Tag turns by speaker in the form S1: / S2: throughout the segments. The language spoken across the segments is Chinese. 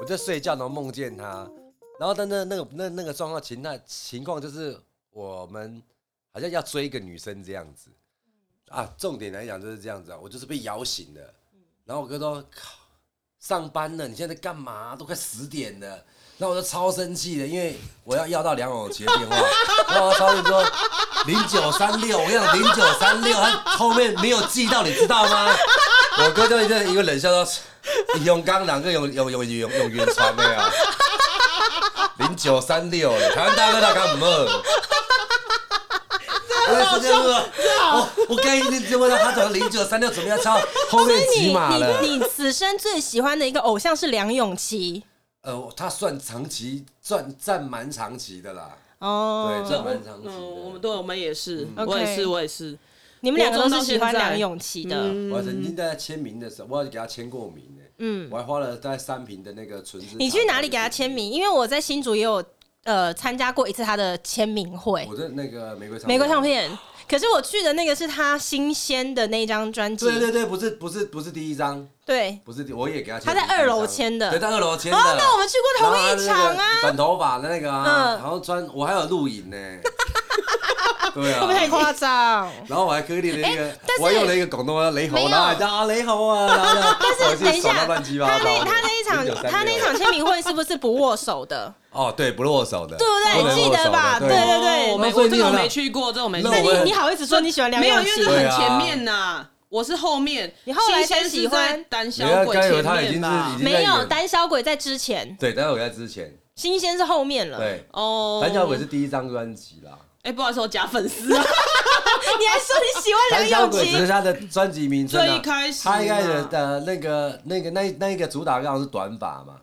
S1: 我在睡觉，然后梦见他，然后但那那个那那个状况情态情况就是我们好像要追一个女生这样子啊。重点来讲就是这样子啊，我就是被摇醒的。然后我哥说：“靠，上班了，你现在在干嘛？都快十点了。”然后我就超生气的，因为我要要到梁咏琪的电话，然后我超生气说零九三六，我想零九三六，他后面没有记到，你知道吗？我哥就一个一个冷笑说：“你用刚两个用用用用用原传的呀，零九三六，台湾大哥大干么？”我在说这个，我我刚一直问到他怎么零九三六怎么样超后面几
S2: 你
S1: 码了？
S2: 你你此生最喜欢的一个偶像是梁咏琪
S1: 呃，他算长期，算占蛮长期的啦，
S2: 哦
S1: 对，占蛮长期的。
S3: 嗯，我们对，我们也是，
S2: 嗯 OK
S3: 我也是，我也是。
S2: 你们两个都
S3: 国
S2: 是
S3: 中到
S2: 喜欢
S3: 现在
S2: 梁咏琪的，
S3: 嗯，
S1: 我还曾经在他签名的时候，我还给他签过名呢。嗯，我还花了大概三瓶的那个纯
S2: 你去哪里给他签？名？因为我在新竹也有呃参加过一次他的签名会，
S1: 我的那个玫瑰
S2: 玫瑰唱。片。可是我去的那个是他新鲜的那张专辑，
S1: 对对对，不是不是不是第一张，
S2: 对
S1: 不是第我也给他签。
S2: 他在二楼签的
S1: 对，在二楼签的。
S2: 哦，那我们去过同一
S1: 然
S2: 场
S1: 后他那个
S2: 啊，
S1: 短头发的那个啊，
S2: 嗯
S1: 然后穿我还有录影 呢。对
S2: 会不会太
S1: 啊。
S2: 夸张？
S1: 然后我还割裂了一个，
S2: 但是
S1: 我还用了一个广东话雷
S2: 没
S1: 吼，
S2: 有
S1: 然后还叫啊雷吼啊，然后呢
S2: 但
S1: 我
S2: 是
S1: 就
S2: 等一
S1: 手
S2: 下，
S1: 到
S2: 他
S1: 乱七八糟
S2: 那
S1: 的
S2: 他那一场
S1: 1936
S2: 他那一场签名会是不是不握手的？
S1: 哦，对，不能握手的，
S2: 对不对
S1: 能
S2: 记
S1: 握
S2: 得
S1: 手的
S2: 吧
S1: 对
S2: 对对对
S3: 哦我没，
S1: 那所以
S3: 我
S1: 你
S3: 这个我
S1: 有那
S3: 没去过，这个我没去
S1: 那
S3: 过。
S2: 那
S1: 我们
S2: 你你好意思说你喜欢梁
S3: 没有，
S2: 咏
S3: 因为
S2: 琪
S3: 那？
S1: 对
S3: 很
S1: 啊
S3: 前面呐，我是后面。
S2: 你后来才
S3: 新鲜是
S2: 喜欢
S3: 在胆小
S1: 你看
S3: 鬼
S1: 刚
S3: 前
S1: 以为
S3: 面吧？
S1: 他已经是已经
S2: 没有，
S1: 在
S2: 胆小鬼在之前，
S1: 对，但是我在之前，
S2: 新鲜是后面了。
S1: 对，
S3: 哦，
S1: 胆小鬼是第一张专辑啦，
S3: 哎，不好意思，我假粉丝啊。
S2: 你还说你喜欢
S1: 胆小
S2: 梁咏
S1: 鬼只
S2: 琪
S1: 是？他的专辑名称啊，
S3: 最一开始
S1: 他一开始
S3: 嘛
S1: 的那个那个那那一个主打歌好像是短发嘛，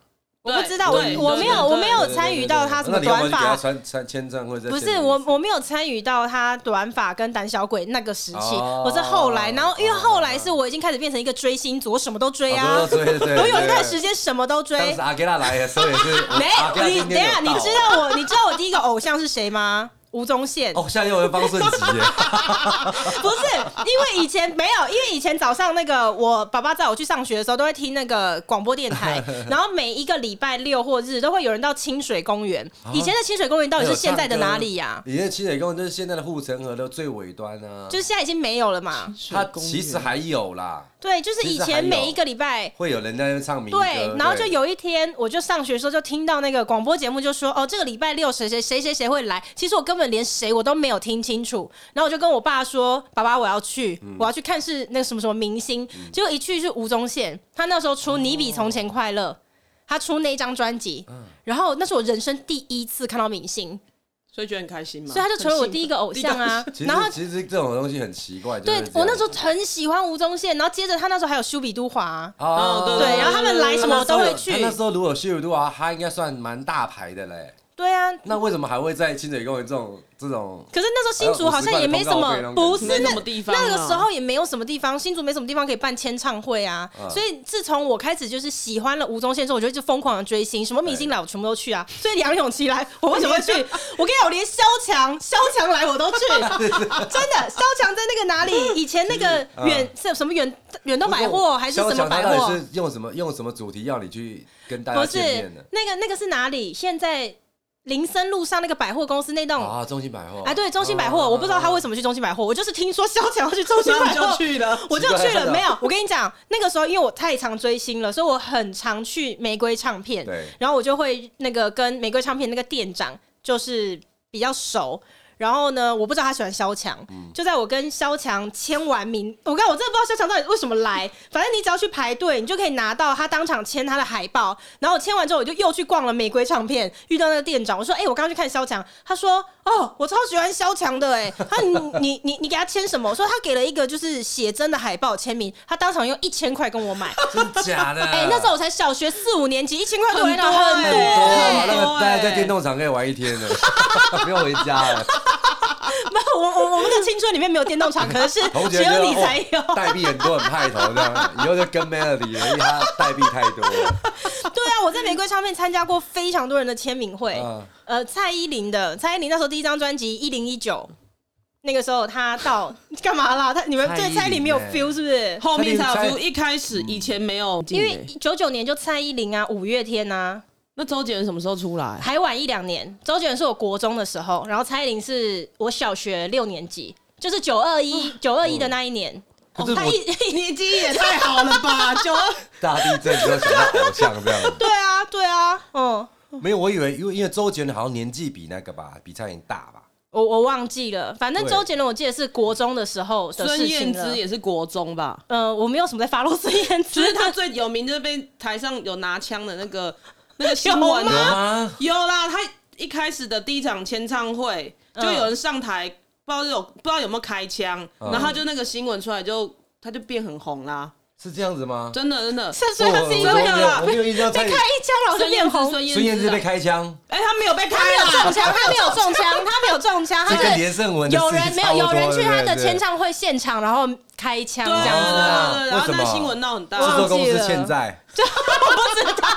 S2: 我不
S3: 对
S2: 知道，我
S3: 对
S2: 我
S3: 对
S2: 没有
S3: 对
S2: 我没有
S1: 对对
S2: 参
S1: 对
S2: 与
S1: 对
S2: 到
S1: 对
S2: 他什
S1: 那
S2: 么
S1: 你要不
S2: 短
S1: 要去给他
S2: 发。
S1: 穿穿签唱会？
S2: 不是我，我没有参与到他短发跟胆小鬼那个时期，
S1: 哦
S2: 我是后来，然后因为
S1: 哦
S2: 后来是我已经开始变成一个追星族，我什么都追啊，
S1: 对对对，
S2: 我有一
S1: 对
S2: 段时。间什么都追
S1: 当。时阿给他来的时候也是， 啊
S2: 没
S1: 阿，给他
S2: 你
S1: 今
S2: 等
S1: 天
S2: 一
S1: 有
S2: 下，你
S1: 到
S2: 知道我，你知道我第一个偶像是谁吗？吴宗宪。
S1: 哦？下一位方顺吉耶，
S2: 不是，因为以前没有，因为以前早上那个我爸爸载我去上学的时候，都会听那个广播电台，然后每一个礼拜六或日都会有人到清水公园。以前的清水公 园到底是现在的哪里呀、
S1: 你那清水公园就是现在的护城河的最尾端啊，
S2: 就是现在已经没有了嘛？
S1: 它其实还有啦，
S2: 对，就是以前每一个礼拜。
S1: 会有人在那边唱民歌，
S2: 对，然后就有一天，我就上学的时候就听到那个广播节目，就说哦，这个礼拜六谁谁谁谁谁会来。其实我根本连谁我都没有听清楚，然后我就跟我爸说：“爸爸，我要去，
S1: 嗯
S2: 我要去看是那个什么什么明星。结果一去是吴宗宪，他那时候出《你比从前快乐》，他出那张专辑，
S1: 嗯
S2: 然后那是我人生第一次看到明星，
S3: 所以觉得很开心嘛。
S2: 所以他就成为我第一个偶像啊。
S1: 其实
S2: 然后
S1: 其实这种东西很奇怪，
S2: 对
S1: 就是这样
S2: 我那时候很喜欢吴宗宪，然后接着他那时候还有修比都华啊、
S1: 哦
S3: 嗯
S2: 对，然后他们来什么我都会去
S1: 他。那时候如果有秀的话，他应该算蛮大牌的嘞。
S2: 对啊，
S1: 那为什么还会在清水公园这种这种？
S2: 可是那时候新竹好像也没什
S1: 呃还有50块的
S2: 么，
S1: 通告费
S2: 不是
S3: 没
S2: 那
S3: 什么地方啊
S2: 那个时候也没有什么地方，新竹没什么地方可以办签唱会啊。
S1: 嗯
S2: 所以自从我开始就是喜欢了吴宗宪之后，我就一直疯狂的追星，什么明星来我全部都去 啊。所以梁咏琪来，我为什么会去？我跟你讲，我连萧强，萧强来我都 去，真的。萧强在那个哪里？以前那个
S1: 嗯
S2: 远是什么远远东百货还是什么
S1: 萧强他
S2: 百
S1: 到底？
S2: 货
S1: 是用什么用什么主题要你去跟大
S2: 不
S1: 家
S2: 是
S1: 见面呢？
S2: 那个那个是哪里？现在林森路上那个百货公司那栋
S1: 啊，中心百货哦
S2: 啊，对，中心百货，我不知道他为什么去中心百货，我就是听说萧蔷要去中心
S3: 所以
S2: 百
S3: 我 就
S2: 货，
S3: 去了。
S2: 我就去
S1: 奇怪
S2: 了。
S1: 的
S2: 没有，我跟你讲，那个时候因为我太常追星了，所以我很常去玫瑰唱片，
S1: 对
S2: 然后我就会那个跟玫瑰唱片那个店长就是比较熟。然后呢，我不知道他喜欢萧蔷，就在我跟萧蔷签完名，我看我真的不知道萧蔷到底为什么来，反正你只要去排队，你就可以拿到他当场签他的海报。然后我签完之后，我就又去逛了玫瑰唱片，遇到那个店长，我说：“哎、我刚刚去看萧蔷。”他说：“哦，我超喜欢萧蔷的、哎，他你你 你你给他签什么？”我说：“他给了一个就是写真的海报签名，他当场用一千块跟我买。”
S1: 真假的？
S2: 哎、那时候我才小学四五年级，一千块对我来讲
S3: 很多
S2: 很
S3: 哎
S1: 很
S2: 多、
S1: 多
S2: 哎
S1: 啊，那个大家在电动场可以玩一天的， 不用回家了。
S2: 没有，我我我们的青春里面没有电动场，可是
S1: 同学
S2: 只有你才
S1: 就
S2: 有。
S1: 哦代币很多很派头这样，以后就跟 Melody 了，因为他代币太多 了。
S2: 对啊，我在玫瑰唱片参加过非常多人的签名会，
S1: 嗯
S2: 呃，蔡依林的，蔡依林那时候第一张专辑《一零一九》。那个时候他到干嘛啦？他你们
S1: 蔡
S2: 对
S1: 依
S2: 蔡依林没有
S1: 林欸
S2: feel 是不是？
S3: 后面才有
S1: 蔡依
S3: feel，一开始以前没有
S2: 嗯
S3: 进
S2: 因
S3: 欸，
S2: 为九九年就蔡依林啊，五月天啊，
S3: 那周杰伦什么时候出来？
S2: 还晚一两年。周杰伦是我国中的时候，然后蔡依林是我小学六年级，就是九二一九二一的那一年。
S1: 哦可是
S2: 他
S1: 我
S2: 一
S3: 你记忆也太好了吧！ 就
S1: 大地震之后想到偶像这样子。
S2: 对啊对啊，嗯，
S1: 没有，我以为因为因为周杰伦好像年纪比那个吧，比蔡依林大吧。
S2: 我我忘记了，反正
S1: 对
S2: 周杰伦我记得是国中的时候的
S3: 孙
S2: 事情
S3: 燕姿
S2: 了。
S3: 也是国中吧？
S2: 呃，我没有什么在发 落孙燕姿啊
S3: 就，是她最有名就是被台上有拿枪的那个那个新闻
S2: 有
S1: 有
S3: 啊，
S1: 吗？
S3: 有啦，她一开始的第一场签唱会就
S2: 嗯
S3: 有人上台，不知道有不知道有没有开枪，
S1: 嗯
S3: 然后就那个新闻出来就她就变很红啦，
S1: 是这样子吗？
S3: 真的真的。
S2: 是所以他是因
S1: 我
S2: 为
S1: 我没有我没有印象
S2: 被
S1: 蔡
S2: 啊
S1: 依
S2: 开一
S1: 林
S2: 枪，然后就哦变红。
S3: 孙燕姿啊
S1: 孙燕姿被，开枪，
S3: 哎，她没有被开
S2: 他没有中枪，他没有中
S3: 啦，
S2: 枪，他没有中枪，他
S1: 这跟
S2: 们
S1: 连胜文的
S2: 哎有
S1: 事
S2: 人
S1: 情
S2: 没
S1: 差
S2: 有
S1: 不多
S2: 有人去他
S1: 对
S2: 的
S1: 不对
S2: 签唱会现场，然后开枪
S3: 对
S2: 这
S3: 对对
S2: 样子啊。
S3: 对，
S1: 为
S3: 然后
S1: 什
S3: 那
S1: 么
S3: 新闻闹很大，
S1: 制作
S2: 忘
S1: 公
S2: 记
S1: 司
S2: 了
S1: 欠 债，就不知道，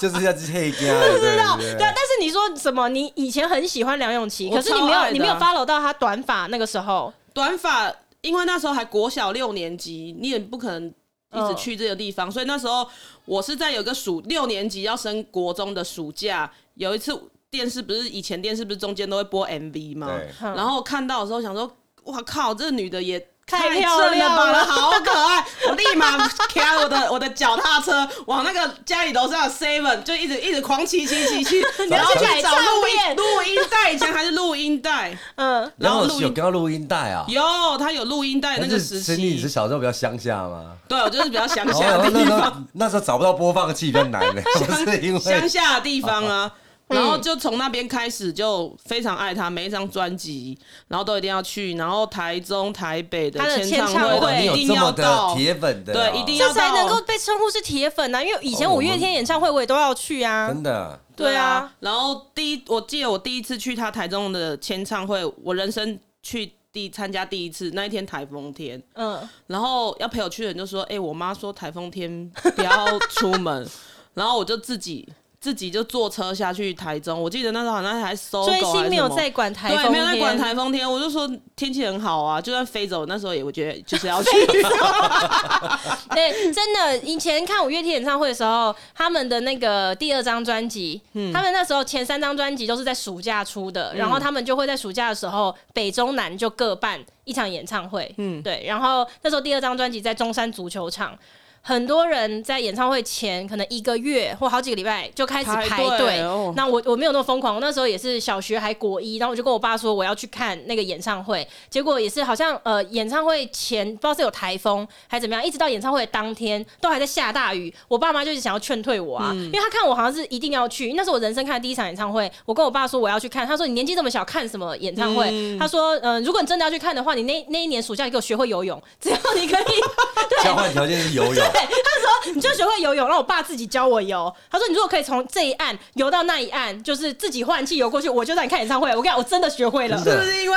S1: 就是要去黑家，不
S2: 知道，
S1: 对
S2: 对啊，但是你说什么？你以前很喜欢梁咏琪，
S3: 我
S2: 可是你没
S3: 超爱
S2: 有
S3: 的啊
S2: 你没有 follow 到他短发那个时候，
S3: 短发，因为那时候还国小六年级，你也不可能一直去这个地方，所以那时候我是在有个暑六年级要升国中的暑假，有一次电视不是以前电视不是中间都会播 MV 吗？
S1: 对
S2: 嗯
S3: 然后看到的时候想说，哇靠，这女的也。
S2: 太
S3: 正
S2: 漂亮
S3: 吧
S2: 了
S3: 好可爱！我立马开我的我的脚踏车往那个家里楼上的 Seven 就一直一直狂骑骑骑骑，然后
S1: 去
S2: 买
S3: 去找录
S2: 唱片
S3: 音录音带，以前还是录音带，
S2: 嗯，
S1: 然后
S3: 然后录
S1: 有
S3: 音
S1: 跟他录音带啊，
S3: 有他有录音带那个
S1: 但
S3: 时
S1: 是是你
S3: 期
S1: 是，小时候比较乡下吗？
S3: 对，我就是比较乡
S1: 然后
S3: 下
S1: 然
S3: 的
S1: 后
S3: 地
S1: 那时
S3: 方，
S1: 候那时候找不到播放器比较难的，不是因
S3: 乡
S1: 为
S3: 下的地方啊。
S1: 哎
S2: 嗯
S3: 然后就从那边开始就非常爱他，每一张专辑，然后都一定要去，然后台中、台北的
S2: 他的
S3: 签
S2: 签唱
S3: 会
S2: 会
S1: 哦你
S3: 一
S1: 有
S3: 定
S1: 这
S3: 要
S1: 么的
S3: 到，
S1: 铁粉的啊，
S3: 对一定
S2: 这
S3: 要
S2: 才
S3: 到
S2: 能够被称呼是铁粉啊。因为以前
S1: 哦
S2: 五月天演唱会我也都要去啊。
S1: 真的。
S2: 对啊，。
S3: 然后第一，我记得我第一次去他台中的签唱会，我人生去第参加第一次，那一天台风天，
S2: 嗯，
S3: 然后要陪我去的人就说：“哎、我妈说台风天不要出门。” 然后我就自己自己就坐车下去台中。我记得那时候好像还搜狗
S2: 追
S3: 还是什么
S2: 星没有在管台风
S3: 对，
S2: 天，
S3: 没有在管台风天。我就说天气很好啊，就算飞走，那时候也我觉得就 是要去。
S2: 对，哎真的，以前看五月天演唱会的时候，他们的那个第二张专辑，他们那时候前三张专辑都是在暑假出的，然后他们就会在暑假的时候，北中南就各办一场演唱会，嗯，对，然后那时候第二张专辑在中山足球场。很多人在演唱会前可能一个月或好几个礼拜就开始
S3: 排
S2: 排队
S3: 队哦，
S2: 那我我没有那么疯狂，我那时候也是小学还国一，然后我就跟我爸说我要去看那个演唱会，结果也是好像呃演唱会前不知道是有台风还怎么样，一直到演唱会当天都还在下大雨，我爸妈就是想要劝退我啊，因为他看我好像是一定要去，那是我人生看的第一场演唱会，我跟我爸说我要去看，他说你年纪这么小看什么演唱会？他说嗯、呃如果你真的要去看的话，你那那一年暑假你给我学会游泳，只要你可以
S1: 交换条件是游 泳，
S2: 你 就学会游泳，让我爸自己教我游。他说你如果可以从这一岸游到那一岸，就是自己换气游过去，我就让你看演唱会。我跟你讲，我真的学会了
S1: 真。
S3: 是
S1: 的
S3: 不是因为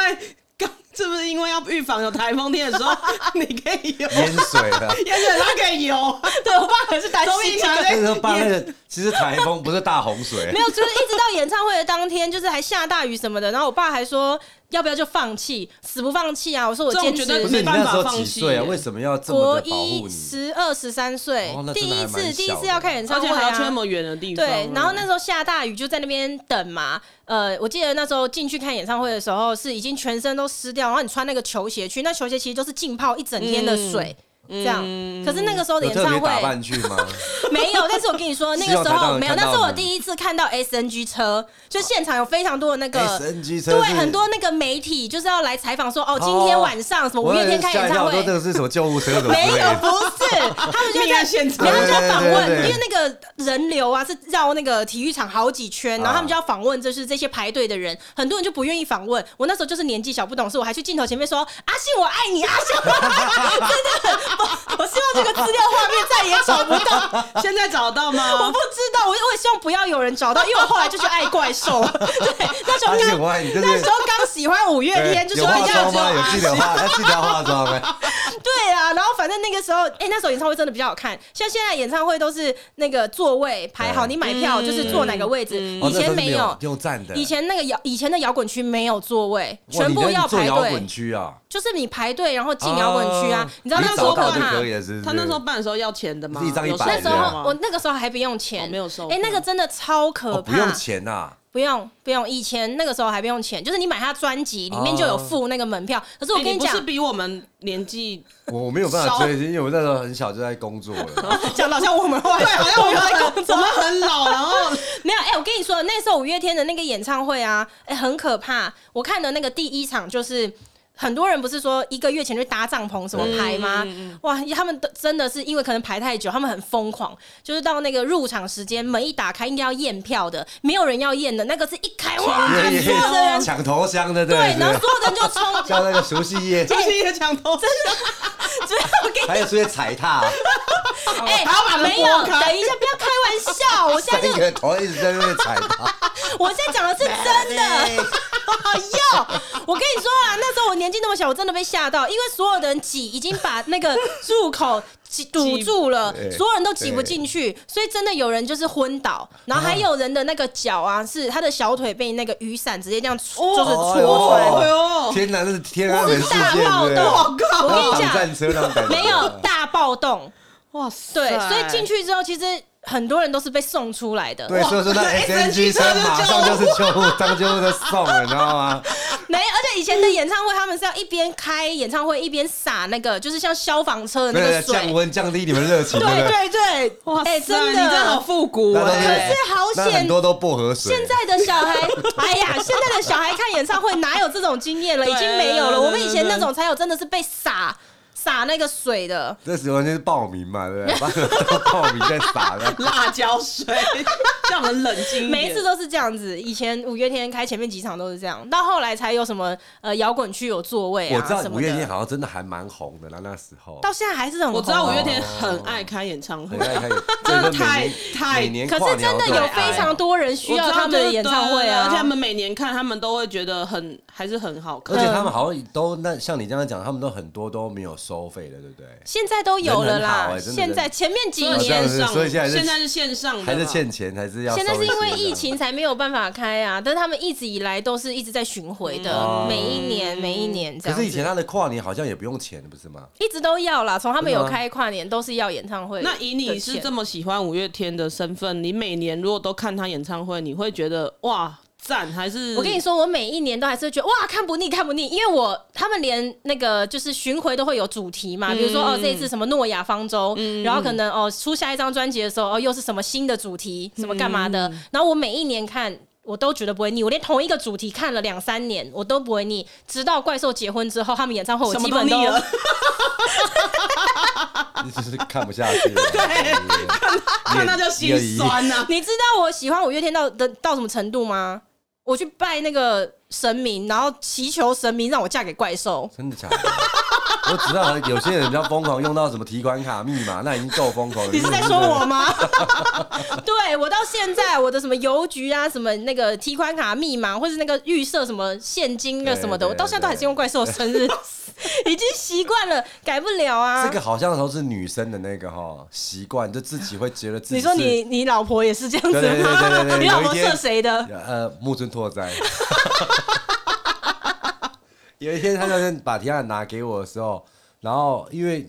S3: 刚？是不是因为要预防有台风天的时候， 你可以游，
S1: 淹水了。
S3: 也许他可以游。
S2: 对我爸可能是担
S3: 终于
S2: 心这
S3: 想
S2: 个
S3: 到。
S1: 那时候办那个，其实台风不是大洪水啊
S2: 没，有，就是一直到演唱会的当天，就是还下大雨什么的，然后我爸还说要不要就放弃，死不放弃啊！我说我
S3: 这种
S2: 坚持
S3: 绝对
S1: 不是
S3: 没
S1: 你
S3: 办
S1: 那
S3: 法
S1: 时候
S3: 放
S1: 几
S3: 弃
S1: 岁啊？
S3: 耶
S1: 为什么要这
S2: 国
S1: 么的保
S2: 一
S1: 护你？
S2: 十二十三岁
S1: 哦，那
S2: 第
S1: 真的
S2: 一
S1: 还蛮
S2: 次第一
S1: 小
S2: 次
S1: 的
S2: 要看演唱
S3: 而
S2: 会
S3: 且
S2: 啊，
S3: 还要去那么远的地方啊、
S2: 对，然后那时候下大雨，就在那边等嘛。呃，我记得那时候进去看演唱会的时候，是已经全身都湿掉，然后你穿那个球鞋去，那球鞋其实都是浸泡一整天的水，
S3: 嗯
S2: 这样。可是那个时候的
S1: 有
S2: 演
S1: 特
S2: 唱
S1: 别打
S2: 会
S1: 扮去吗？
S2: 没有，但是我跟你 说，那
S1: 希
S2: 个
S1: 望
S2: 时
S1: 台上
S2: 候
S1: 有
S2: 没有，
S1: 看到
S2: 那是我
S1: 你
S2: 第一次看到 SNG 车，就现场有非常多的那个
S1: SNG 车
S2: 对，
S1: 是
S2: 很多那个媒体就是要来采访说，哦，今天晚上什么五月天开演唱
S1: 我以为吓一跳说
S2: 会
S1: 这，个是什么救护车什么
S2: 没
S1: 之类
S2: 有，
S1: 的。
S2: 不是，他们就
S3: 命
S2: 在
S3: 案现场
S2: 然后就要访
S1: 对对对
S2: 问，
S1: 对
S2: 因为那个人流啊是绕那个体育场好几圈，
S1: 啊
S2: 然后他们就要访问，就是这些排队的人，很多人就不愿意访问。我那时候就是年纪小不懂事，我还去镜头前面说：“阿信，我爱你，阿 信，我爱你。”真的很，我我希望这个资料画面再也找不到。
S3: 现在找 到
S2: 我
S3: 吗
S2: 不？知道，我我也希望不要有人找到，因为我后来就去爱怪兽。对，那时候
S1: 而且
S2: 刚
S1: 我爱你，就
S2: 那时
S1: 是
S2: 候刚喜欢五月天，就
S1: 有
S2: 说啊
S1: 化
S2: 要
S1: 妆
S2: 只有
S1: 吗？有
S2: 阿
S1: 记得化，要记
S2: 信
S1: 得要化妆哎。
S2: 对啊，然后反正那个时候，哎、那时候演唱会真的比较好看。像现在演唱会都是那个座位排好，
S1: 对
S2: 你买
S3: 嗯
S2: 票就是坐哪个位置，
S1: 哦
S2: 以
S1: 那时候
S2: 前
S1: 是没
S2: 有。
S1: 用站的，
S2: 以前那个摇，以前的摇滚区没有座位，
S1: 哇
S2: 全
S1: 你
S2: 部
S1: 那
S2: 要
S1: 你做
S2: 排
S1: 摇滚
S2: 队，
S1: 区啊，
S2: 就是你排队然后进摇滚区啊
S1: 哦。
S2: 你知道那时候
S1: 早到
S2: 可
S3: 我
S1: 就
S2: 怕，
S1: 可以了，是不哦是？
S3: 他那时候办的时候要钱的吗？
S1: 一张一
S3: 有收
S1: 百
S2: 那
S3: 费
S2: 时
S1: 对啊
S2: 候
S3: 吗
S2: 我那个时候还不用钱，
S3: 哦没有收
S2: 哎、
S3: 费
S2: 那个真的超可
S1: 哦
S2: 怕，
S1: 不用钱呐，
S2: 不用不用，以前那个时候还不用钱，就是你买他专辑里面就
S1: 哦
S2: 有附那个门票。可是我
S3: 哎
S2: 跟
S3: 你不
S2: 讲
S3: 是，比我们年纪
S1: 我我没有办法
S3: 少
S1: 追，因为我那时候很小就在工作 了。
S2: 讲得好像我们后来
S3: 对，好哦像我们很我们很老，然后
S2: 没有。哎、我跟你说，那时候五月天的那个演唱会啊，哎、很可怕。我看的那个第一场就是。很多人不是说一个月前就搭帐篷什么排吗？
S3: 嗯
S2: 哇，他们都真的是因为可能排太久，他们很疯狂，就是到那个入场时间门一打开，应该要验票的，没有人要验的，那个是一开哇，
S1: 因为
S2: 所有的人
S1: 抢头香的，对
S2: 对，然
S1: 对，
S2: 后所有的人就
S3: 哦
S2: 冲，
S1: 像那个熟悉 夜，
S3: 就是一个墙头，真的
S2: 只有我跟你
S1: 还有出现踩踏，
S2: 哎、
S3: 还要把门
S2: 没有，等
S3: 拨开
S2: 一下，不要开玩笑，我 现
S1: 三
S2: 在就
S1: 个头一直在那边踩踏，
S2: 我现在讲的是真的。哟，我跟你说啊，那时候我年纪那么小，我真的被吓到，因为所有的人挤已经把那个入口挤堵住了
S1: 对，
S2: 所有人都挤不进去，所以真的有人就是昏倒，然后还有人的那个脚啊，是他的小腿被那个雨伞直接这样戳，就是戳出来。
S1: 哦
S3: 哎呦，
S1: 天哪，那是天安门事
S2: 大
S1: 件，
S2: 暴
S1: 对
S2: 动，
S1: 不对，
S2: 我跟你
S1: 挡
S2: 讲，
S1: 战车那种感觉，
S2: 没有大暴动，
S3: 哇塞！
S2: 对，所以进去之后，其实很多人都是被送出来的。
S1: 对，所以说那 S N G 车马上就是救护，当救护车送了，你知道 吗？
S2: 没，而且以前的演唱会，他们是要一边开演唱会一边撒那个，就是像消防车
S1: 为
S2: 的那
S1: 了
S2: 个
S1: 降
S2: 水。
S1: 温降低你们热情，
S2: 对
S1: 对不对？
S2: 对对，
S3: 哇塞，
S2: 哎真的
S3: 你真的好复古
S1: 那都
S3: 哎！
S2: 是好
S1: 那很
S2: 险
S1: 多都薄荷水，
S2: 现在的小 孩，哎呀，现在的小孩看演唱会哪有这种经验了？
S3: 对
S2: 已经没有
S3: 对
S2: 了。
S3: 对
S2: 我们以前那种才有，真的是被撒撒那个水的。
S1: 这时候就是报名嘛，对不 对？把很多报名在撒的，
S3: 辣椒水，这样很冷静一点。
S2: 每一次都是这样子，以前五月天开前面几场都是这样，到后来才有什么呃摇滚区有座位
S1: 我
S2: 啊
S1: 知
S2: 什么
S1: 道
S2: 的。
S1: 五月天好像真的还蛮红的啦，那时候。
S2: 到现在还是很红啊
S3: 我知道五月天很爱开演唱会
S1: 很，爱看，
S3: 真的
S1: 每
S3: 太
S1: 年
S3: 太
S1: 每年
S2: 可
S1: 跨
S2: 是
S1: 年
S2: 真
S1: 我
S2: 的
S1: 都
S2: 有
S1: 很
S2: 非
S1: 爱
S2: 常多人需要
S3: 我知道
S2: 他们的演唱会啊，
S3: 对而且他们每年看，他们都会觉得很还是很好
S1: 而
S3: 看。
S1: 且
S2: 嗯
S1: 他们好像都那像你这样讲，他们都很多都没有收费的，对不对？
S2: 现在都有了
S1: 人很好
S2: 啦。
S1: 欸真的
S2: 现在前面几
S3: 所以
S1: 好像
S2: 年，
S3: 线
S1: 是
S3: 上，
S1: 所以现在是
S3: 现在是线上的嘛，
S1: 还是欠钱，还是要
S2: 现在
S1: 收
S2: 是
S1: 一些
S2: 因为
S1: 这
S2: 疫
S1: 样
S2: 情才没有办法开啊，但是他们一直以来都是一直在巡回
S1: 哦
S2: 的，每一年每一年这
S1: 可
S2: 样
S1: 是以前
S2: 子，
S1: 他的跨年好像也不用钱，不是 吗？
S2: 一直都要啦。从他们
S1: 真的
S2: 有
S1: 吗
S2: 开跨年都是要演唱会的
S3: 那
S2: 钱。
S3: 以你是这么喜欢五月天的身份，你每年如果都看他演唱会，你会觉得哇赞，还是
S2: 我跟你说，我每一年都还是会觉得哇，看不腻，看不腻，因为我他们连那个就是巡回都会有主题嘛，比如
S3: 嗯
S2: 说哦这一次什么诺亚方舟，然后可能哦出下一张专辑的时候哦又是什么新的主题，什么干嘛
S3: 嗯
S2: 的，然后我每一年看。我都觉得不会腻，我连同一个主题看了两三年，我都不会腻。直到怪兽结婚之后，他们演唱会我
S3: 什么
S2: 基
S3: 都
S2: 本都
S3: 腻了。
S1: 你只是看不下去了， 对，
S3: 看到就心酸呐、
S2: 你知道我喜欢五月天到的到什么程度吗？我去拜那个神明，然后祈求神明让我嫁给怪兽。
S1: 真的假的？我知道有些人比较疯狂，用到什么提款卡密码，那已经够疯狂了。
S2: 你是在说我 吗？对我到现在，我的什么邮局啊，什么那个提款卡密码，或是那个预设什么现金啊什么的，
S1: 对对
S2: 我到现在都还是用怪兽生日，已经习惯了，改不了啊。
S1: 这个好像都是女生的那个哈习惯，就自己会觉得自己
S2: 你说
S1: 是
S2: 你你老婆也是这样子吗？
S1: 对对对对对对
S2: 你老
S1: 有
S2: 婆
S1: 一天
S2: 射谁的？
S1: 呃木村拓哉。 有一天，他就是把提案拿给我的时候，然后因为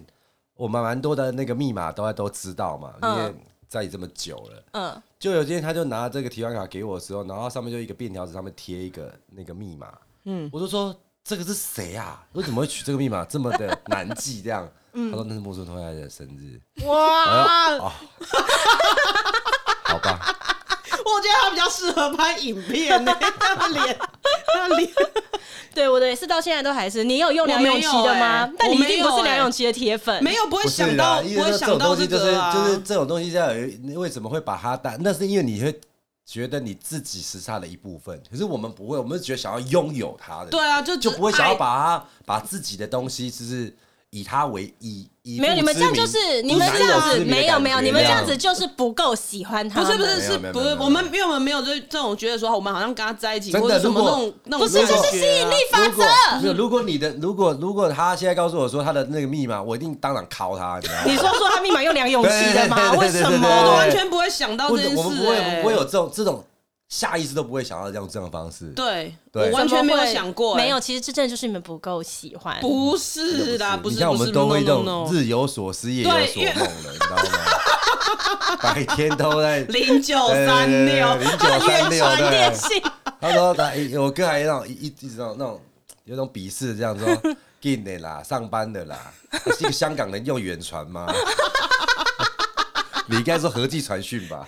S1: 我们蛮多的那个密码都都知道嘛，因
S2: 嗯
S1: 为在这么久了，
S2: 嗯，
S1: 就有一天他就拿这个提款卡给我的时候，然后上面就一个便条纸，上面贴一个那个密码，嗯，我就说这个是谁啊？为什么会取这个密码这么的难记？这样，
S2: 嗯
S1: 他说那是木村拓哉的生日，
S2: 哇，
S1: 哎呦哦好吧。
S3: 我觉得他比较适合拍影片呢、他的脸，他的脸，
S2: 对我的也是到现在都还是。你有用梁咏琪
S3: 我没有
S2: 的吗？
S3: 欸
S2: 但你一定
S3: 我没有
S2: 不是梁
S3: 欸
S2: 咏琪的铁粉，
S3: 没有不会
S1: 不是
S3: 想
S1: 啦，
S3: 到，
S1: 因
S3: 不
S1: 为
S3: 会
S1: 这种
S3: 想
S1: 东
S3: 到
S1: 西
S3: 这
S1: 就是
S3: 个啊。
S1: 就是这种东西要有你为什么会把它当？那是因为你会觉得你自己是它的一部分，可是我们不会，我们是觉得想要拥有它的，
S3: 对，啊，就
S1: 就
S3: 就
S1: 不会想要把它把自己的东西就是以它为一，以
S2: 没有，
S1: 父
S2: 你们
S1: 之
S2: 这样
S1: 名
S2: 就是你
S1: 以
S2: 们
S1: 男
S2: 这样
S1: 友之
S2: 子，
S1: 名的
S2: 没有
S1: 感
S2: 没有，
S1: 觉
S2: 你们这样
S1: 样
S2: 子就是不够喜欢他
S3: 不
S2: 们。
S3: 是不是
S1: 没有
S3: 是
S1: 没有
S3: 不
S1: 没
S3: 是
S1: 有没有
S3: 我们因为我们没有这这种觉得说好我们好像跟他在一起
S1: 真的
S3: 或者什么
S1: 如
S3: 那
S1: 果
S3: 种那
S2: 不
S3: 种
S2: 是，这
S3: 感
S2: 是
S3: 觉
S2: 吸引力法
S1: 如果
S2: 则。
S1: 没有，如果你的如果如果他现在告诉我说他的那个密码，我一定当场敲他，你知道吗？
S2: 你说说他密码又梁咏琪的吗？
S1: 对
S2: 为
S1: 对对对
S2: 什
S1: 对对
S3: 我
S2: 么？
S1: 对
S3: 完全不会想到
S1: 不
S3: 这
S1: 是
S3: 件
S1: 我们不
S3: 事、
S1: 会
S3: 欸，
S1: 不会有这种这种下意识都不会想要用这种方式。
S3: 对，
S1: 对
S3: 我完全没有想过、欸
S2: 没有，，其实这真的就是你们不够喜欢。
S3: 不是啦，不是，
S1: 你看我们都会这
S3: no,
S1: 种
S3: no,
S1: 日有所思夜有
S3: 对
S1: 所
S3: 因为
S1: 梦了，你知道吗？ 白天都在
S3: 零九三六，
S1: 零九 三
S2: 远
S1: 六
S2: 传电
S1: 对。
S2: 信，
S1: 他说他诶我哥还那种一一一直那种那种有种鄙视这样 说，进的啦，上班的啦，是一个香港人用远传吗？ 你应该说合计传讯吧，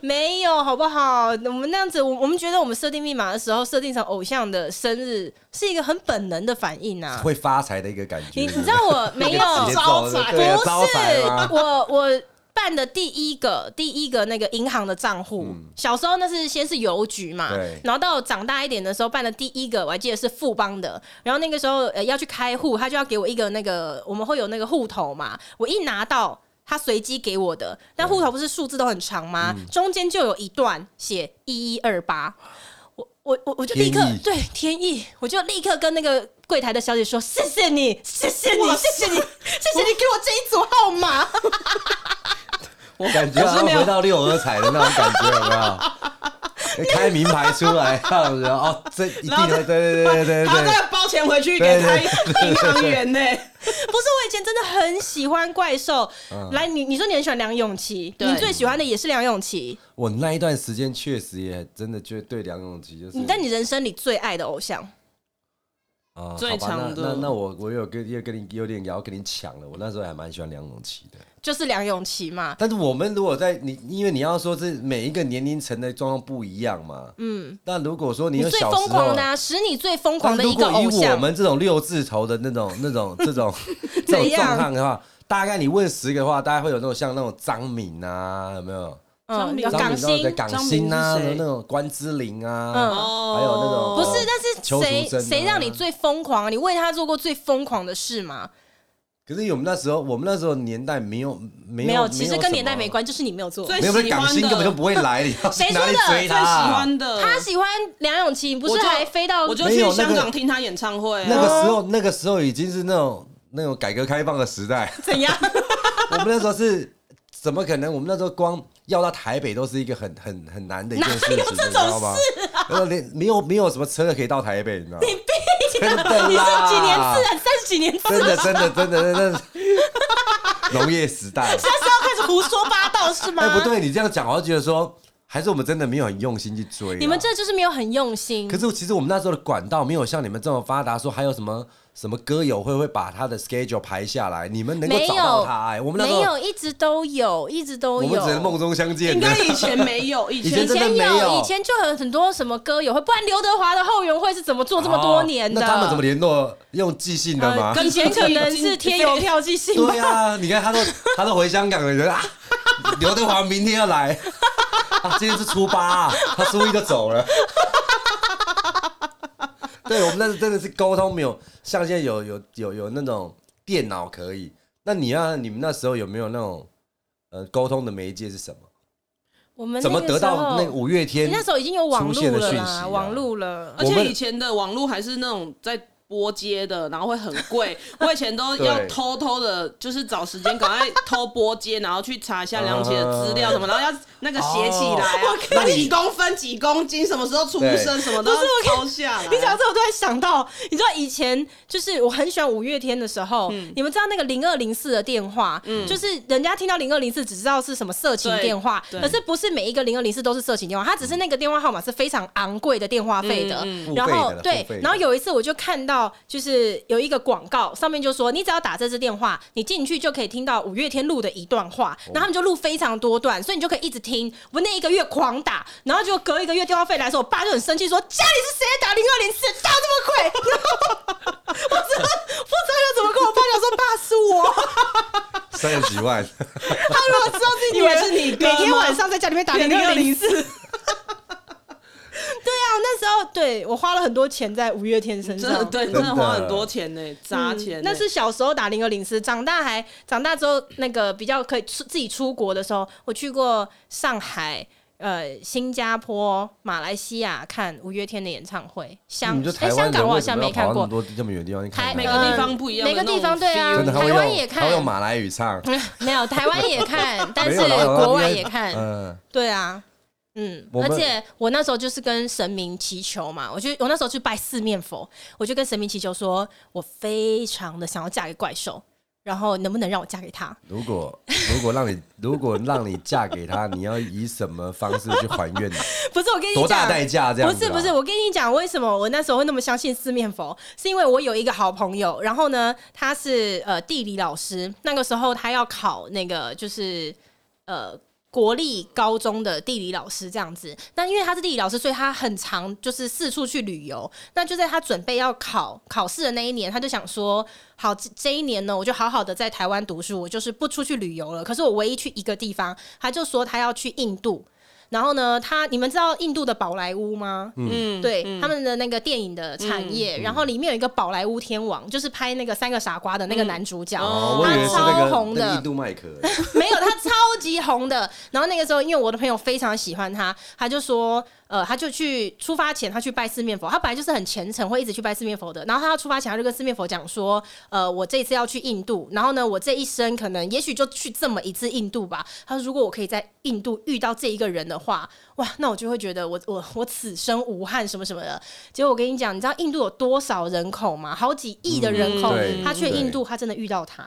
S2: 没有好不好？我们那样子，我我们觉得我们设定密码的时候，设定成偶像的生日是一个很本能的反应啊。
S1: 会发财的一个感觉。
S2: 你你知道我没有
S1: 直接走
S3: 招财
S1: 对啊
S2: 不
S1: 招财
S2: 是
S1: 吗？
S2: 我我办的第一个第一个那个银行的账户，小时候那是先是邮局嘛
S1: 嗯对，
S2: 然后到长大一点的时候办的第一个，我还记得是富邦的，然后那个时候呃要去开户，他就要给我一个那个我们会有那个户头嘛，我一拿到。他随机给我的，但户头不是数字都很长吗？
S1: 嗯
S2: 中间就有一段写一一二八，我我我我就立刻
S1: 天意
S2: 对天意，我就立刻跟那个柜台的小姐说：“谢谢你，谢谢你，谢谢你，谢谢你给我这一组号码。
S3: 我
S1: 感觉
S3: 我
S1: 好
S3: 是
S1: 像
S3: 没
S1: 回
S3: 有，
S1: 到六合彩的那种感觉，有没有？ 开名牌出来，这样子哦，这一定
S3: 然后
S1: 的，对对对对对
S3: 他
S1: 对
S3: 再包钱回去给他
S1: 对
S3: 银行员呢、”
S2: 不是，我以前真的很喜欢怪兽。
S1: 嗯
S2: 来，你你说你很喜欢梁咏琪，
S3: 对
S2: 你最喜欢的也是梁咏琪。
S1: 我那一段时间确实也真的就对梁咏琪就是
S2: 你在你人生里最爱的偶像，
S1: 啊，
S3: 最
S1: 好吧
S3: 长的
S1: 那那那我我有跟也跟你有点也要跟你抢了，我那时候还蛮喜欢梁咏琪的。
S2: 就是梁咏琪嘛。
S1: 但是我们如果在你，因为你要说是每一个年龄层的状况不一样嘛，嗯。那如果说你
S2: 你
S1: 有
S2: 最
S1: 小
S2: 疯
S1: 时候
S2: 狂的、，啊，使你最疯狂
S1: 但
S2: 的
S1: 如
S2: 一个
S1: 果
S2: 偶
S1: 以我
S2: 像，
S1: 们这种六字头的那种、那种、这 种、这种
S2: 怎样
S1: 状况的话，大概你问十个的话，大概会有那种像那种张敏啊，有没有？
S2: 嗯，
S3: 张
S2: 有
S3: 敏
S2: 港
S1: 敏
S2: 星
S1: 对港星啊，
S3: 张敏是谁
S1: 那种关之琳啊，
S2: 嗯
S3: 哦
S1: 还有那种
S2: 不是，但是
S1: 邱
S2: 谁
S1: 淑贞啊
S2: 谁让你最疯狂啊？你为他做过最疯狂的事吗？
S1: 可是我们那时候，我们那时候年代没有没有，
S2: 没有，其实
S1: 什么
S2: 跟年代没关，就是你没有做。
S3: 最
S1: 没有，
S3: 喜欢的
S1: 港星根本就不会来， 你要
S2: 谁说
S1: 哪
S2: 的
S1: 里追
S3: 最
S1: 他
S3: 喜
S1: 啊？
S3: 欢的
S2: 他喜欢梁咏琪，你不
S3: 我
S2: 是
S3: 就
S2: 还飞到
S3: 我就
S1: 没有
S3: 去
S1: 那个
S3: 香港听他演唱会、啊，
S1: 那个时候，那个时候已经是那种那种改革开放的时代。
S2: 怎样？
S1: 我们那时候是怎么可能？我们那时候光要到台北都是一个很很很难的一件事情，
S2: 哪有这种啊
S1: 你知道 吗？然后连没有没有什么车可以到台北，你知道吗？真的
S2: 你
S1: 啦，
S2: 是几年次啊？你三十几 年次，
S1: 真的真的真的真的，农业时 代。
S2: 那时候开始胡说八道是吗？
S1: 哎，不，对，你这样讲，我就觉得说，还是我们真的没有很用心去追啊。
S2: 你们这就是没有很用心
S1: 可。是其实我们那时候的管道没有像你们这么发达，说还有什么什么歌友会会把他的 schedule 排下来，你们能够
S2: 没
S1: 找到
S2: 有
S1: 他、哎，我们那
S2: 没
S1: 时候
S2: 有，一直都有，一直都
S1: 我
S2: 有。
S1: 们只能梦中相见
S3: 应
S1: 的。
S3: 该以前没有， 以
S1: 以前
S2: 以
S3: 前
S1: 真的
S2: 前
S1: 没有
S2: 以前就有很多什么歌友会，不然刘德华的后援会是怎么做这么多年的？
S1: 哦那他们怎么联络？用寄信的吗？
S2: 呃以前可能是贴邮票寄信 吧
S1: 对。啊，你看他都他都回香港了，你觉得啊，刘德华明天要来， 啊，今天是初八、啊，他初一就走了。 对我们那是真的是沟通没有，像现在有有有有那种电脑可以。那你要你们那时候有没有那种呃沟通的媒介是什么？
S2: 我们那
S1: 怎么
S2: 个
S1: 得
S2: 时
S1: 到
S2: 候
S1: 那个五月天
S2: 你？那时候已经有网
S1: 出
S2: 路
S1: 现的
S2: 了
S1: 讯
S2: 啦，
S1: 息啊
S2: 网路了。
S1: 我
S3: 而且
S1: 们
S3: 以前的网络还是那种在拨接的，然后会很 贵。我以前都要
S1: 对
S3: 偷偷的，就是找时间赶快偷拨接，然后去查一下梁咏琪的资料
S1: 啊
S3: 什么，然后要那个写起来啊，
S1: 那哦你
S3: 几公分、几公斤，什么时候出生，
S1: 对
S3: 什么都要抄下来。
S2: 你讲到这，我突然想到，你知道以前就是我很喜欢五月天的时候，
S3: 嗯
S2: 你们知道那个零二零四的电话，就是人家听到零二零四只知道是什么色情电话，
S3: 对
S2: 可是不是每一个零二零四都是色情电话，它只是那个电话号码是非常昂贵的电话费的。
S3: 嗯
S1: 嗯
S2: 然
S1: 付费
S2: 后
S1: 的啦
S2: 对
S1: 付费，的
S2: 然后有一次我就看到，就是有一个广告，上面就说你只要打这支电话，你进去就可以听到五月天录的一段话，然后他们就录非常多段，所以你就可以一直听。我那一个月狂打，然后就隔一个月电话费来的时候，我爸就很生气说：“家里是谁打零二零四打这么贵？”我真的不知道要怎么跟我爸讲说，爸是我。
S1: 三十几万，
S2: 他如果知道是
S3: 以为是你哥
S2: 每天
S3: 吗
S2: 晚上在家里面打零二零四。对啊，那时候对对我花了很多钱在五月天身
S3: 真的
S2: 上。
S3: 对，真
S1: 的
S3: 的花很多钱呢，砸
S2: 嗯
S3: 钱呢。
S2: 那是小时候打零二零四，长大还长大之后，那个比较可以出自己出国的时候，我去过上海、呃新加坡、马来西亚看五月天的演唱会。香
S1: 你就
S2: 哎、
S1: 台湾
S2: 香港
S1: 人
S2: 我好
S1: 为什
S2: 像
S1: 么要
S2: 没看
S1: 跑那
S2: 过
S1: 么，多这么远的地方去看
S2: 台
S1: 他？
S3: 每个地方不一样的
S2: 每个
S3: 那种 feel，
S2: 地方对啊
S1: 真的，他会
S2: 台湾
S1: 用
S2: 也看嗯
S1: 他会用马来语唱，
S2: 没有台湾也 看，但
S1: 没
S2: 是
S1: 有啦
S2: 国外也看。
S1: 嗯，
S2: 对啊，嗯，
S1: 我
S2: 而
S1: 们
S2: 且我那时候就是跟神明祈求嘛，我就我那时候去拜四面佛，我就跟神明祈求说，我非常的想要嫁给怪兽，然后能不能让我嫁给他？
S1: 如果如果让你如果让你嫁给他，你要以什么方式去还 愿？
S2: 不是我跟你讲，
S1: 多大代价这样
S2: 不
S1: 子啊
S2: 是
S1: 啦？
S2: 不是，我跟你讲，为什么我那时候会那么相信四面佛，是因为我有一个好朋友，然后呢，他是呃地理老师，那个时候他要考那个就是呃。国立高中的地理老师这样子，那因为他是地理老师，所以他很常就是四处去旅游。那就在他准备要考考试的那一年，他就想说，好，这这一年呢，我就好好的在台湾读书，我就是不出去旅游了。可是我唯一去一个地方，他就说他要去印度。然后呢，他你们知道印度的宝莱坞吗？
S3: 嗯
S2: 对，他们的那个电影的产业，然后里面有一个宝莱坞天王，就是拍那个三个傻瓜的那
S3: 嗯
S2: 个男主角，
S1: 哦，我以为是
S2: 他
S1: 那
S2: 超
S1: 个
S2: 红
S1: 那个
S2: 的
S1: 印，度麦克，
S2: 没有，他超级红的。然后那个时候，因为我的朋友非常喜欢他，他就说，呃，他就去出发前，他去拜四面佛。他本来就是很虔诚，会一直去拜四面佛的。然后他要出发前，他就跟四面佛讲说，呃，我这一次要去印度，然后呢，我这一生可能也许就去这么一次印度吧。他说，如果我可以在印度遇到这一个人的话，哇，那我就会觉得我 我我此生无憾什么什么的。结果我跟你讲，你知道印度有多少人口吗？好几亿的人口，
S1: 嗯对
S2: 他去
S1: 对
S2: 印度，他真的遇到他。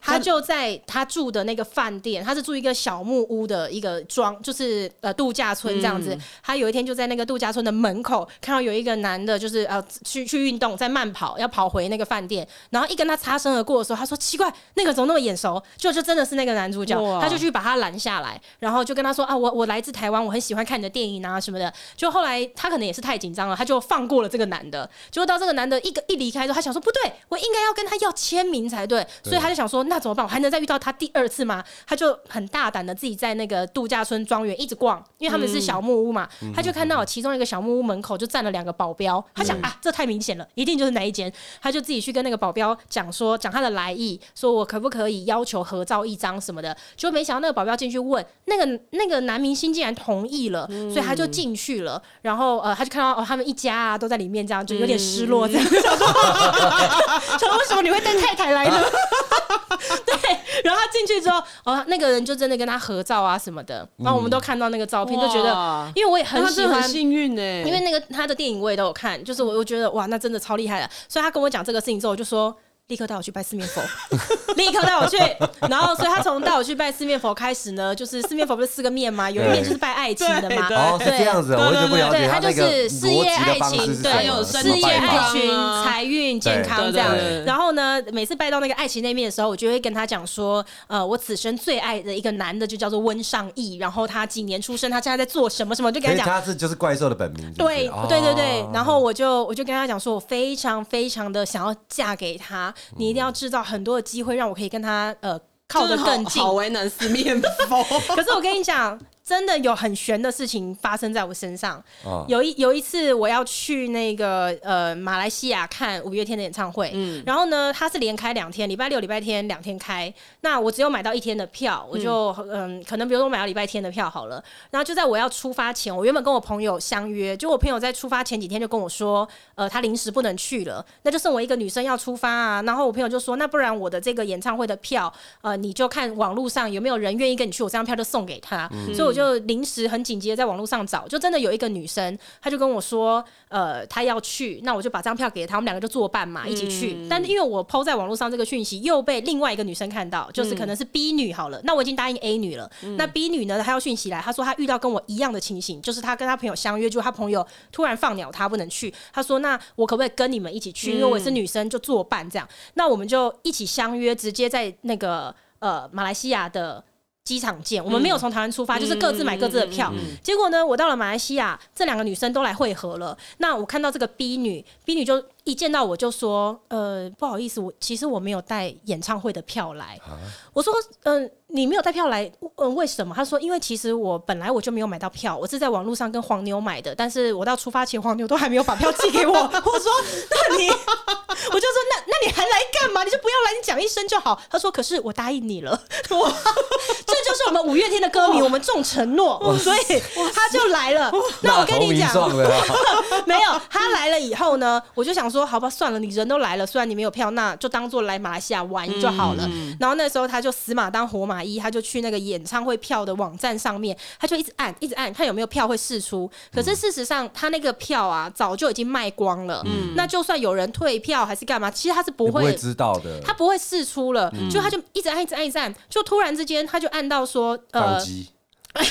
S2: 他就在他住的那个饭店，他是住一个小木屋的一个庄，就是呃度假村这样子。他有一天就在那个度假村的门口看到有一个男的，就是呃去去运动，在慢跑，要跑回那个饭店。然后一跟他擦身而过的时候，他说奇怪，那个怎么那么眼熟？就就真的是那个男主角
S3: 哇，
S2: 他就去把他拦下来，然后就跟他说啊，我我来自台湾，我很喜欢看你的电影啊什么的。就后来他可能也是太紧张了，他就放过了这个男的。结果到这个男的一个一离开之后，他想说不对，我应该要跟他要签名才对，所以他就想说那怎么办？我还能再遇到他第二次吗？他就很大胆的自己在那个度假村庄园一直逛，因为他们是小木屋嘛，他就看到其中一个小木屋门口就站了两个保镖，他
S3: 嗯
S2: 想啊这太明显了，一定就是哪一间，他就自己去跟那个保镖讲说讲他的来意，说我可不可以要求合照一张什么的，就没想到那个保镖进去问那个那个男明星竟然同意了，所以他就进去了，然后呃他就看到哦他们一家啊都在里面这样，就有点失落这样，
S3: 嗯
S2: 想说想说为什么你会带太太来呢？ 对，然后他进去之后，哦那个人就真的跟他合照啊什么的，然后我们都看到那个照片，就觉得
S3: 嗯哇
S2: 因为我也
S3: 那
S2: 很
S3: 他
S2: 喜
S3: 真的
S2: 欢
S3: 很幸运呢，
S2: 因为那个他的电影我也都有看，就是我我觉得哇，那真的超厉害的。所以他跟我讲这个事情之后，我就说立刻带我去拜四 面佛，立刻带我去。然后，所以他从带我去拜四面佛开始呢，就是四面佛不是四个面吗？有一面就是拜爱情的嘛，
S3: 对
S1: 哦，是这样子啊，我一直不了
S2: 对
S1: 解
S2: 他
S1: 那
S2: 就
S1: 个
S2: 是事业、
S1: 逻辑
S2: 爱
S1: 的方式
S2: 情，
S1: 是什么
S2: 对，
S3: 有
S1: 怎么
S2: 事业、
S1: 拜
S2: 爱
S1: 访
S2: 情
S3: 啊、
S2: 财运、健康
S1: 对
S2: 这样
S1: 对对。
S2: 然后呢，每次拜到那个爱情那面的时候，我就会跟他讲说，呃，我此生最爱的一个男的就叫做温尚义，然后他几年出生，他现在在做什么什么，就跟
S1: 所
S2: 他
S1: 以他
S2: 讲。
S1: 是就是怪兽的本名，是不是
S2: 对
S1: 哦
S2: 对对对，然后我就我就跟他讲说，我非常非常的想要嫁给他，你一
S1: 嗯
S2: 定要制造很多的机会让我可以跟他呃靠得
S3: 真的好
S2: 更近
S3: 好。为难四面 佛。
S2: 可是我跟你讲，真的有很悬的事情发生在我身上。
S1: 哦
S2: 有一有一次我要去那个呃马来西亚看五月天的演唱会，然后呢，他是连开两天，礼拜六、礼拜天两天开。那我只有买到一天的票，我就嗯可能比如说我买到礼拜天的票好了。然后就在我要出发前，我原本跟我朋友相约，就我朋友在出发前几天就跟我说，呃，他临时不能去了，那就剩我一个女生要出发啊。然后我朋友就说，那不然我的这个演唱会的票，呃，你就看网络上有没有人愿意跟你去，我这张票就送给他。所以我就临时很紧急的在网络上找，就真的有一个女生，她就跟我说，呃，她要去，那我就把这张票给她，我们两个就作伴嘛，一起去。但因为我 PO 在网络上这个讯息，又被另外一个女生看到，就是可能是 B 女好了，那我已经答应 A 女了，那 B 女呢，她要讯息来，她说她遇到跟我一样的情形，就是她跟她朋友相约，就她朋友突然放鸟她不能去，她说那我可不可以跟你们一起去？因为我也是女生，就作伴这样。那我们就一起相约，直接在那个呃马来西亚的。机场见，我们没有从台湾出发，啊就是各自买各自的票。
S3: 嗯
S2: 结果呢，我到了马来西亚，这两个女生都来汇合了。那我看到这个 B 女，B 女就一见到我就说：“呃，不好意思，我其实我没有带演唱会的票来。”我说：“嗯、你没有带票来，嗯、为什么？”她说：“因为其实我本来我就没有买到票，我是在网络上跟黄牛买的，但是我到出发前黄牛都还没有把票寄给我。”我说：“那你，我就说那那你还来干嘛？你就不要来，你讲一声就好。”她说：“可是我答应你了。” 我这就是我们五月天的歌迷，我们重承诺，所以他就来了。那我跟你讲
S1: 大，头迷撞了啊
S2: 没有，他来了以后呢，我就想说，好吧，算了，你人都来了，虽然你没有票，那就当做来马来西亚玩就好了。然后那时候他就死马当活马医，他就去那个演唱会票的网站上面，他就一直按，一直按，看有没有票会试出。可是事实上，他那个票啊，早就已经卖光了。那就算有人退票还是干嘛，其实他是 不
S1: 你不会
S2: 会
S1: 知道的。
S2: 他不会试出了，就他就一直按，一直按，一直按，就突然之间他就按到说，
S1: 宕
S2: 呃，
S1: 机，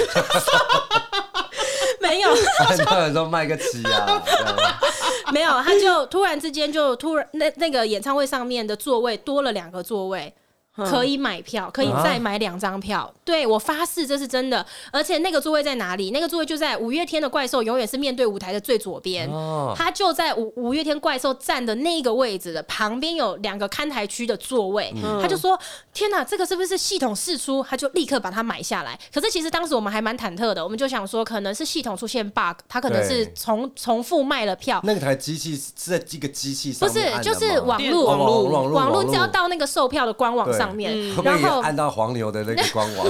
S2: 没有，
S1: 很多人都卖个旗啊，这样
S2: 没有，他就突然之间就突然那那个演唱会上面的座位多了两个座位。
S1: 嗯
S2: 可以买票，可以再买两张票。
S1: 啊
S2: 对我发誓，这是真的。而且那个座位在哪里？那个座位就在五月天的怪兽，永远是面对舞台的最左边。
S1: 哦，
S2: 他就在五五月天怪兽站的那个位置的旁边有两个看台区的座位，
S1: 嗯
S2: 他就说：“天哪，这个是不是系统试出？”他就立刻把它买下来。可是其实当时我们还蛮忐忑的，我们就想说可能是系统出现 bug，他可能
S1: 对
S2: 是重重复卖了票。
S1: 那台机器是在一个机器
S2: 不
S1: 上
S2: 是
S1: 面，按的
S2: 就
S1: 吗，
S2: 是网络
S1: 网络网络
S2: 网
S1: 络
S2: 络只要到那个售票的官网上面
S1: 会
S3: 嗯
S1: 不，会
S2: 然
S1: 也
S2: 后
S1: 按到黄牛的那个官 网，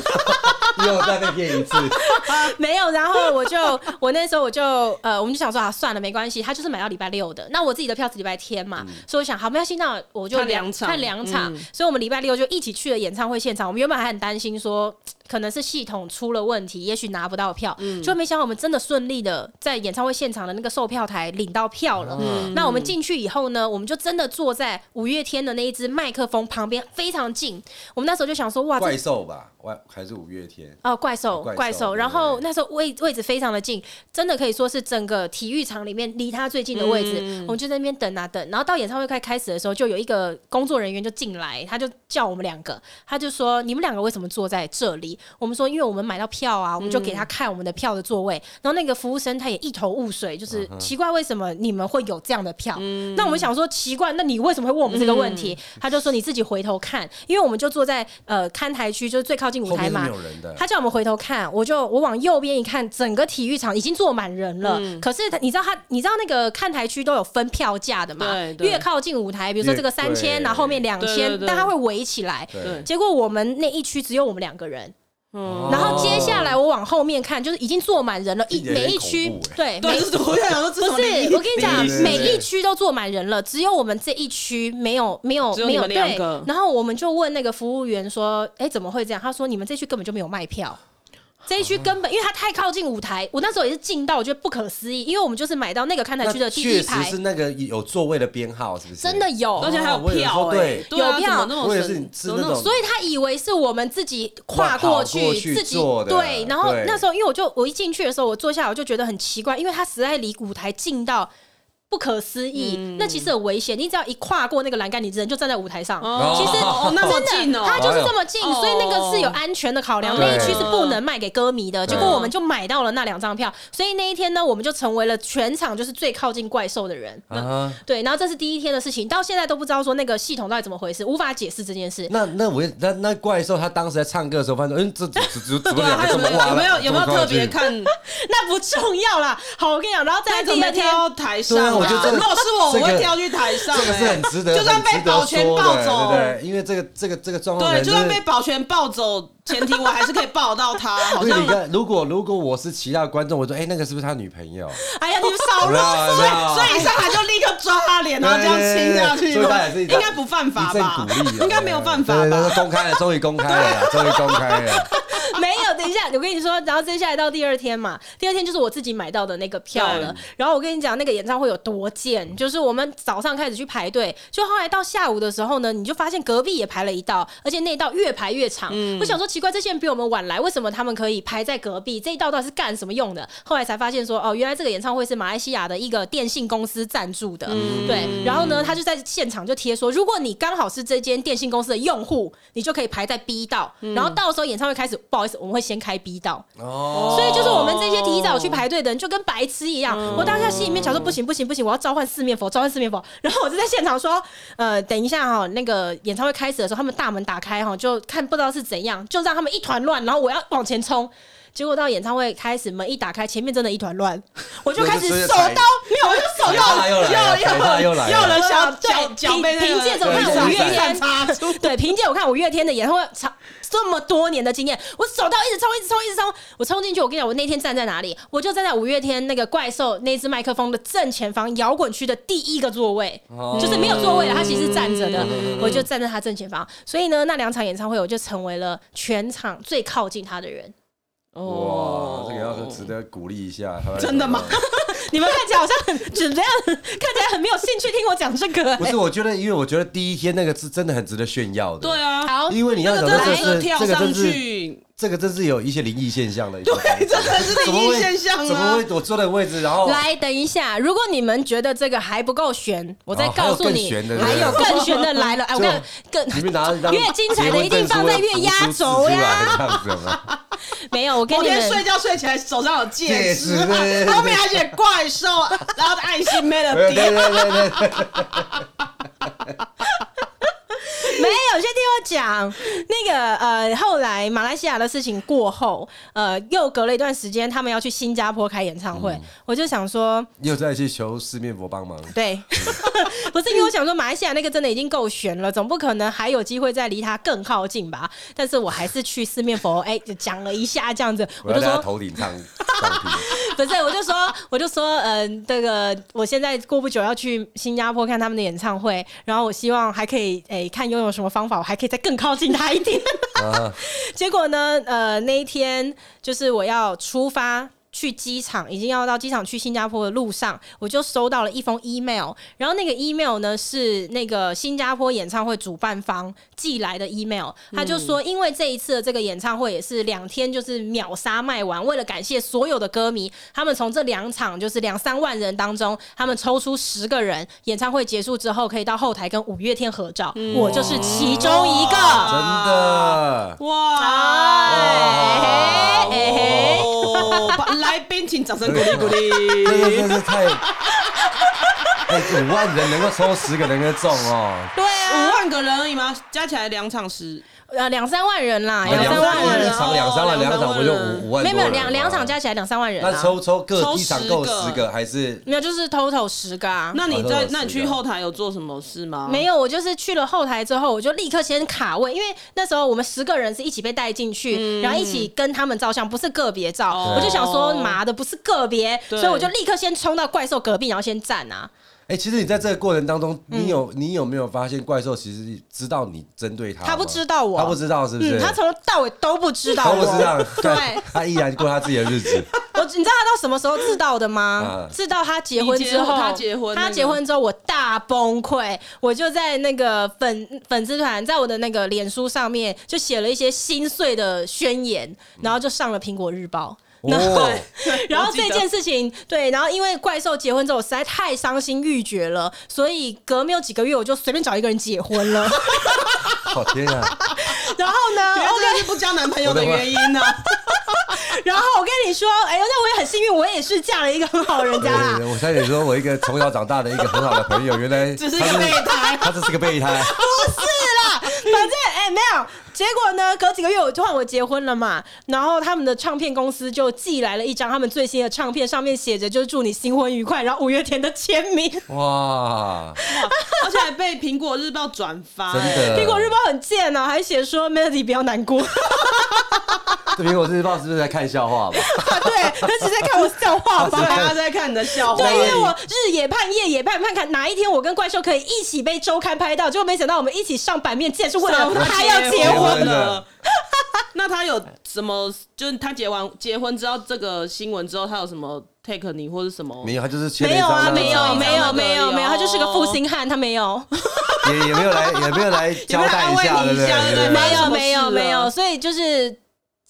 S1: 又再被骗一次，
S2: 没有，然后我就 我那时候我就呃，我们就想说啊，算了，没关系，他就是买到礼拜六的，那我自己的票是礼拜天嘛，所以我想好，没关系，那我就
S3: 看两场
S2: 看两场，所以我们礼拜六就一起去了演唱会现场。我们原本还很担心说。可能是系统出了问题，也许拿不到票，就没想到我们真的顺利的在演唱会现场的那个售票台领到票了。
S1: 嗯
S2: 那我们进去以后呢，我们就真的坐在五月天的那一只麦克风旁边，非常近。我们那时候就想说，哇，这
S1: 怪兽吧，怪还是五月天，
S2: 哦，怪兽，
S1: 怪兽
S2: 怪兽。
S1: 对
S2: 然后那时候位位置非常的近，真的可以说是整个体育场里面离他最近的位置。
S1: 嗯
S2: 我们就在那边等啊等，然后到演唱会快开始的时候，就有一个工作人员就进来，他就叫我们两个，他就说：“你们两个为什么坐在这里？”我们说：“因为我们买到票
S1: 嗯
S2: 啊，我们就给他看我们的票的座位。然后那个服务生他也一头雾水，就是
S1: 嗯
S2: 奇怪为什么你们会有这样的票？那我们想说奇怪，那你为什么会问我们这个问题？
S1: 嗯
S2: 他就说：“你自己回头看，因为我们就坐在呃看台区，就是最靠近舞
S1: 后
S2: 台
S1: 面是
S2: 嘛。
S1: 没”有人的，
S2: 他叫我们回头看，我就我往右边一看，整个体育场已经坐满人了。可是他你知道他，你知道那个看台区都有分票价的嘛？
S3: 对对
S2: 越靠近舞台，比如说这个
S1: 越
S2: 三千，
S1: 对
S2: 然后后面两
S3: 对
S2: 千
S3: 对，对
S2: 但他会围起来。
S1: 对
S3: 对，
S2: 结果我们那一区只有我们两个人，
S1: 哦
S2: 然后接下来我往后面看，就是已经坐满人了，一
S1: 听起来有
S2: 每
S1: 点
S2: 一区
S1: 恐怖
S2: 对每
S3: 对，就是我想说，不
S2: 不是，我跟你讲
S1: 对对，对
S2: 每一区都坐满人了，只有我们这一区没有没有
S3: 只有
S2: 没
S3: 你
S2: 有
S3: 们两
S2: 对
S3: 个。
S2: 然后我们就问那个服务员说：“哎、怎么会这样？”他说：“你们这区根本就没有卖
S3: 啊
S2: 票。”这一区根本，因为它太靠近舞台，我那时候也是近到我觉得不可思议，因为我们就是买到那个看台
S1: 那
S2: 区的第一
S1: 确实
S2: 排
S1: 是，那个有座位的编号，是不是？
S2: 真的有，
S3: 而且还有
S1: 哦我以为说
S3: 票，哎
S1: 对
S3: 对啊，
S2: 有票
S3: 怎么那么
S1: 我以为
S3: 神
S1: 是你吃
S3: 怎么
S1: 那
S3: 么
S1: 种
S2: 所以他以为是我们自己跨过
S1: 哦跨过去
S2: 自己
S1: 做的
S2: 对。然后
S1: 对
S2: 那时候，因为我就我一进去的时候，我坐下来我就觉得很奇怪，因为他实在离舞台近到不可思议，
S1: 嗯
S2: 那其实很危险。你只要一跨过那个栏杆，你人就站在舞台上。
S3: 哦
S1: 其实
S3: 哦那么近 哦，
S2: 它就是这么近，
S3: 哎呦
S2: 所以那个是有安全的考量，
S3: 哦
S2: 那一区是不能卖给歌迷的。
S1: 对
S2: 结果我们就买到了那两张票，所以那一天呢，我们就成为了全场就是最靠近怪兽的人。
S1: 啊哈。
S2: 对，然后这是第一天的事情，到现在都不知道说那个系统到底怎么回事，无法解释这件事。
S1: 那那我也那那怪兽他当时在唱歌的时候，发现嗯，这这 这这怎么
S3: 对啊，
S1: 两个
S3: 他有
S1: 这
S3: 没
S1: 么
S3: 有
S1: 哇
S3: 有没有有没有
S1: 这么靠
S3: 特
S1: 近
S3: 别看？
S2: 那不重要啦。好，我跟你讲，然后再
S3: 他
S2: 来
S3: 怎
S2: 第
S3: 么
S2: 二天，
S3: 挑台上
S1: 对啊我觉得这个
S3: 如果是我，
S1: 这
S3: 我
S1: 个
S3: 会挑去台上，
S1: 这个是
S3: 哎
S1: 很值得，
S3: 就算被
S1: 很值得
S3: 保全
S1: 说的
S3: 抱走，
S1: 对哦不对？因为这个这个这个状况，
S3: 对，就算被。保全抱走，前提我还是可以抱到他， 好
S1: 因为
S3: 像
S1: 你看，如果如果我是其他观众，我说，哎，那个是不是他女朋友？
S2: 哎呀，你 们少
S1: 好
S2: 了。
S1: 啦，
S3: 所以
S1: 好啦
S3: 所以上海就立刻抓他脸，然后这样亲下
S1: 啊
S3: 去，
S1: 对对对所以他也是一
S3: 应该不犯
S1: 一
S3: 法吧
S1: 阵鼓励啊，
S3: 应该没有犯法
S1: 对对
S3: 吧
S1: 对？公开了，终于公开了啦，终于公开了。
S2: 没有，等一下，我跟你说，然后接下来到第二天嘛，第二天就是我自己买到的那个票了。然后我跟你讲，那个演唱会有多贱，就是我们早上开始去排队，就后来到下午的时候呢，你就发现隔壁也排了一道，而且那道越排越长。我想说奇怪，这些人比我们晚来，为什么他们可以排在隔壁？这一道到底是干什么用的？后来才发现说，哦，原来这个演唱会是马来西亚的一个电信公司赞助的，对。然后呢，他就在现场就贴说，如果你刚好是这间电信公司的用户，你就可以排在 B 道，然后到时候演唱会开始，不好意思，我们会先开 B 道。
S1: 哦，
S2: 所以就是我们这些提早去排队的人，就跟白痴一样。我当下心里面想说，不行不行不行，我要召唤四面佛，召唤四面佛。然后我就在现场说，呃，等一下哈、那个演唱会开始的时候，他们大门打开哈、就看不知道是怎样，就让他们一团乱，然后我要往前冲。结果到演唱会开始，门一打开，前面真的一团乱，我就开始手刀，没有，我就手
S1: 又
S2: 刀
S1: 来又来又来
S3: 又
S1: 了，
S3: 人小
S2: 对
S3: 脚脚被那
S2: 凭
S3: 个
S2: 凭借着看五月天
S3: 插出，
S2: 对，凭借我看五月天的演唱会长这么多年的经验，我手到一直冲，一直冲，一直冲，我冲进去。我跟你讲，我那天站在哪里？我就站在五月天那个怪兽那只麦克风的正前方，摇滚区的第一个座位，
S1: 哦
S2: 就是没有座位了，他其实是站着的，我就站在他正前方。所以呢，那两场演唱会，我就成为了全场最靠近他的人。
S1: 哇，这个要值得鼓励一下。
S3: 真的吗？
S2: 你们看起来好像 很怎么样？看起来很没有兴趣听我讲这个、
S1: 不
S2: 欸
S1: 是，我觉得，因为我觉得第一天那个是真的很值得炫耀的。
S3: 对啊，
S2: 好，
S1: 因为你要
S3: 那
S1: 想
S3: 个
S1: 到这
S3: 真的
S1: 是
S3: 跳
S1: 这个
S3: 上
S1: 真是
S3: 去，
S1: 这个真是有一些灵异现象的一个东西，
S3: 对，真的是
S1: 怎么
S3: 灵异
S1: 会
S3: 现象
S1: 怎么
S3: 啊！
S1: 会我坐的位置，然后
S2: 来，等一下，如果你们觉得这个还不够悬，我再
S1: 哦
S2: 告诉你，
S1: 还有更悬的
S2: 还有更悬的来了。哎，我
S1: 就
S2: 看更
S1: 你们拿
S2: 越精彩的一定放在越压轴呀，
S1: 这样子有没有
S2: 没有，我跟
S3: 昨
S2: 你
S3: 天睡
S2: 们。
S3: 觉睡起来手上有戒指
S1: 戒指对对对，
S3: 后面还写怪兽， 然后爱心
S1: 没有
S3: melody，
S1: 对对对对对，
S2: 没有，先听我讲那个呃，后来马来西亚的事情过后，呃，又隔了一段时间，他们要去新加坡开演唱会，
S1: 嗯
S2: 我就想说，
S1: 又再去求四面佛帮忙。
S2: 对， 不是因为我想说马来西亚那个真的已经够悬了，总不可能还有机会再离它更靠近吧？但是我还是去四面佛，哎、讲了一下这样子，
S1: 我
S2: 我
S1: 要
S2: 就
S1: 在他
S2: 说
S1: 头顶 唱唱听，
S2: 不是，我就说，我就说，嗯、这个我现在过不久要去新加坡看他们的演唱会，然后我希望还可以，诶、看拥有什么方法，我还可以再更靠近他一点。结果呢，呃，那一天就是我要出发。去机场，已经要到机场去新加坡的路上，我就收到了一封 email，然后那个 email 呢是那个新加坡演唱会主办方寄来的 email，他就说，因为这一次的这个演唱会也是两天就是秒杀卖完，为了感谢所有的歌迷，他们从这两场就是两三万人当中，他们抽出十个人，演唱会结束之后可以到后台跟五月天合照，我就是其中一个。
S1: 真的。
S3: 哇！
S2: 哎嘿嘿
S3: 哦，把来宾请掌声鼓励
S1: 真
S3: 鼓
S1: 的真
S3: 励。
S1: 是太，哎，五万人能够抽十个人跟中哦，
S2: 对
S3: 五
S2: 啊，
S3: 万个人而已吗？加起来两场十，
S2: 呃，两三万人啦，
S1: 哎
S2: 两三万
S1: 一
S2: 人，
S1: 场两三万，
S3: 哦
S1: 两场不就
S3: 两三万人
S1: 五五万
S2: 没
S1: 多
S2: 有没有
S1: 人
S2: 两
S1: 吗
S2: 两场加起来两三万人
S1: 那
S2: 啊，
S1: 抽抽各
S3: 抽
S1: 一场
S3: 10
S1: 够
S3: 个
S1: 十个还是？
S2: 没有就是 total 十个啊。
S3: 那你
S1: 好像
S3: 在
S1: 有
S3: 那你
S1: 十个
S3: 去后台有做什么事吗？
S2: 没有，我就是去了后台之后，我就立刻先卡位，因为那时候我们十个人是一起被带进去，
S1: 嗯
S2: 然后一起跟他们照相，不是个别照。
S3: 哦
S2: 我就想说，妈的，不是个别，
S3: 对
S2: 所以我就立刻先冲到怪兽隔壁，然后先站啊。
S1: 哎、其实你在这个过程当中，
S2: 嗯
S1: 你有、你有没有发现怪兽其实知道你针对他吗？
S2: 他不知道我
S1: 他不知道是不是？
S2: 嗯，他从头到尾都不知道
S1: 他
S2: 我，
S1: 不知 道，
S2: 对，
S1: 他依然过他自己的日子。
S2: 我你知道他到什么时候知道的吗？
S1: 嗯
S2: 知道他结婚之
S3: 你结
S2: 后，
S3: 婚他结婚那个
S2: 他结婚之后我大崩溃，我就在那个粉粉丝团，在我的那个脸书上面就写了一些心碎的宣言，然后就上了苹果日报。然后
S1: 哦，
S2: 然后
S3: 我记
S2: 这
S3: 得
S2: 件事情，对，然后因为怪兽结婚之后，我实在太伤心欲绝了，所以隔没有几个月，我就随便找一个人结婚了。
S1: 好天啊！
S2: 然后呢，
S3: 原来这就是不交男朋友的原因呢、
S2: 然后我跟你说，哎呦，那我也很幸运，我也是嫁了一个很好的人家啦。
S1: 对我差点说，我一个从小长大的一个很好的朋友，原来
S3: 只是一个备胎。
S1: 他这是个备 胎。
S2: 反正哎、没有，结果呢，隔几个月我就换我结婚了嘛，然后他们的唱片公司就寄来了一张他们最新的唱片，上面写着就是祝你新婚愉快，然后五月天的签名。
S1: 哇，
S3: 而且还被苹果日报转发、
S1: 真
S3: 哎
S1: 的！
S2: 苹果日报很贱呢、还写说 Melody 不要难过，
S1: 这苹果日报是不是在看笑话吧？
S2: 对，他只在看我笑话
S3: 大
S2: 吧。
S3: 家在看你的笑话
S2: 对，
S3: 而已。
S2: 因为我日也盼，夜也盼，盼看哪一天我跟怪兽可以一起被周刊拍到，结果没想到我们一起上版面，竟然是为了他要结
S1: 结
S2: 婚
S1: 婚。了。
S3: 那他有什么？就是他结完结婚之后，这个新闻之后，他有什么 take 你或者什么？
S1: 没有，他就是签了
S2: 没
S1: 一
S2: 有
S1: 张那个
S2: 啊，没有，没有，
S3: 没
S2: 没
S3: 有
S2: 有，没有，他就是个负心汉，他没有。
S1: 也也没有来，也没有 来交代下，
S3: 安慰
S1: 对
S3: 你
S1: 不
S3: 一下对不对
S1: 对？
S2: 没有
S3: 发生什么事
S2: 没有
S3: 了
S2: 没有，所以就是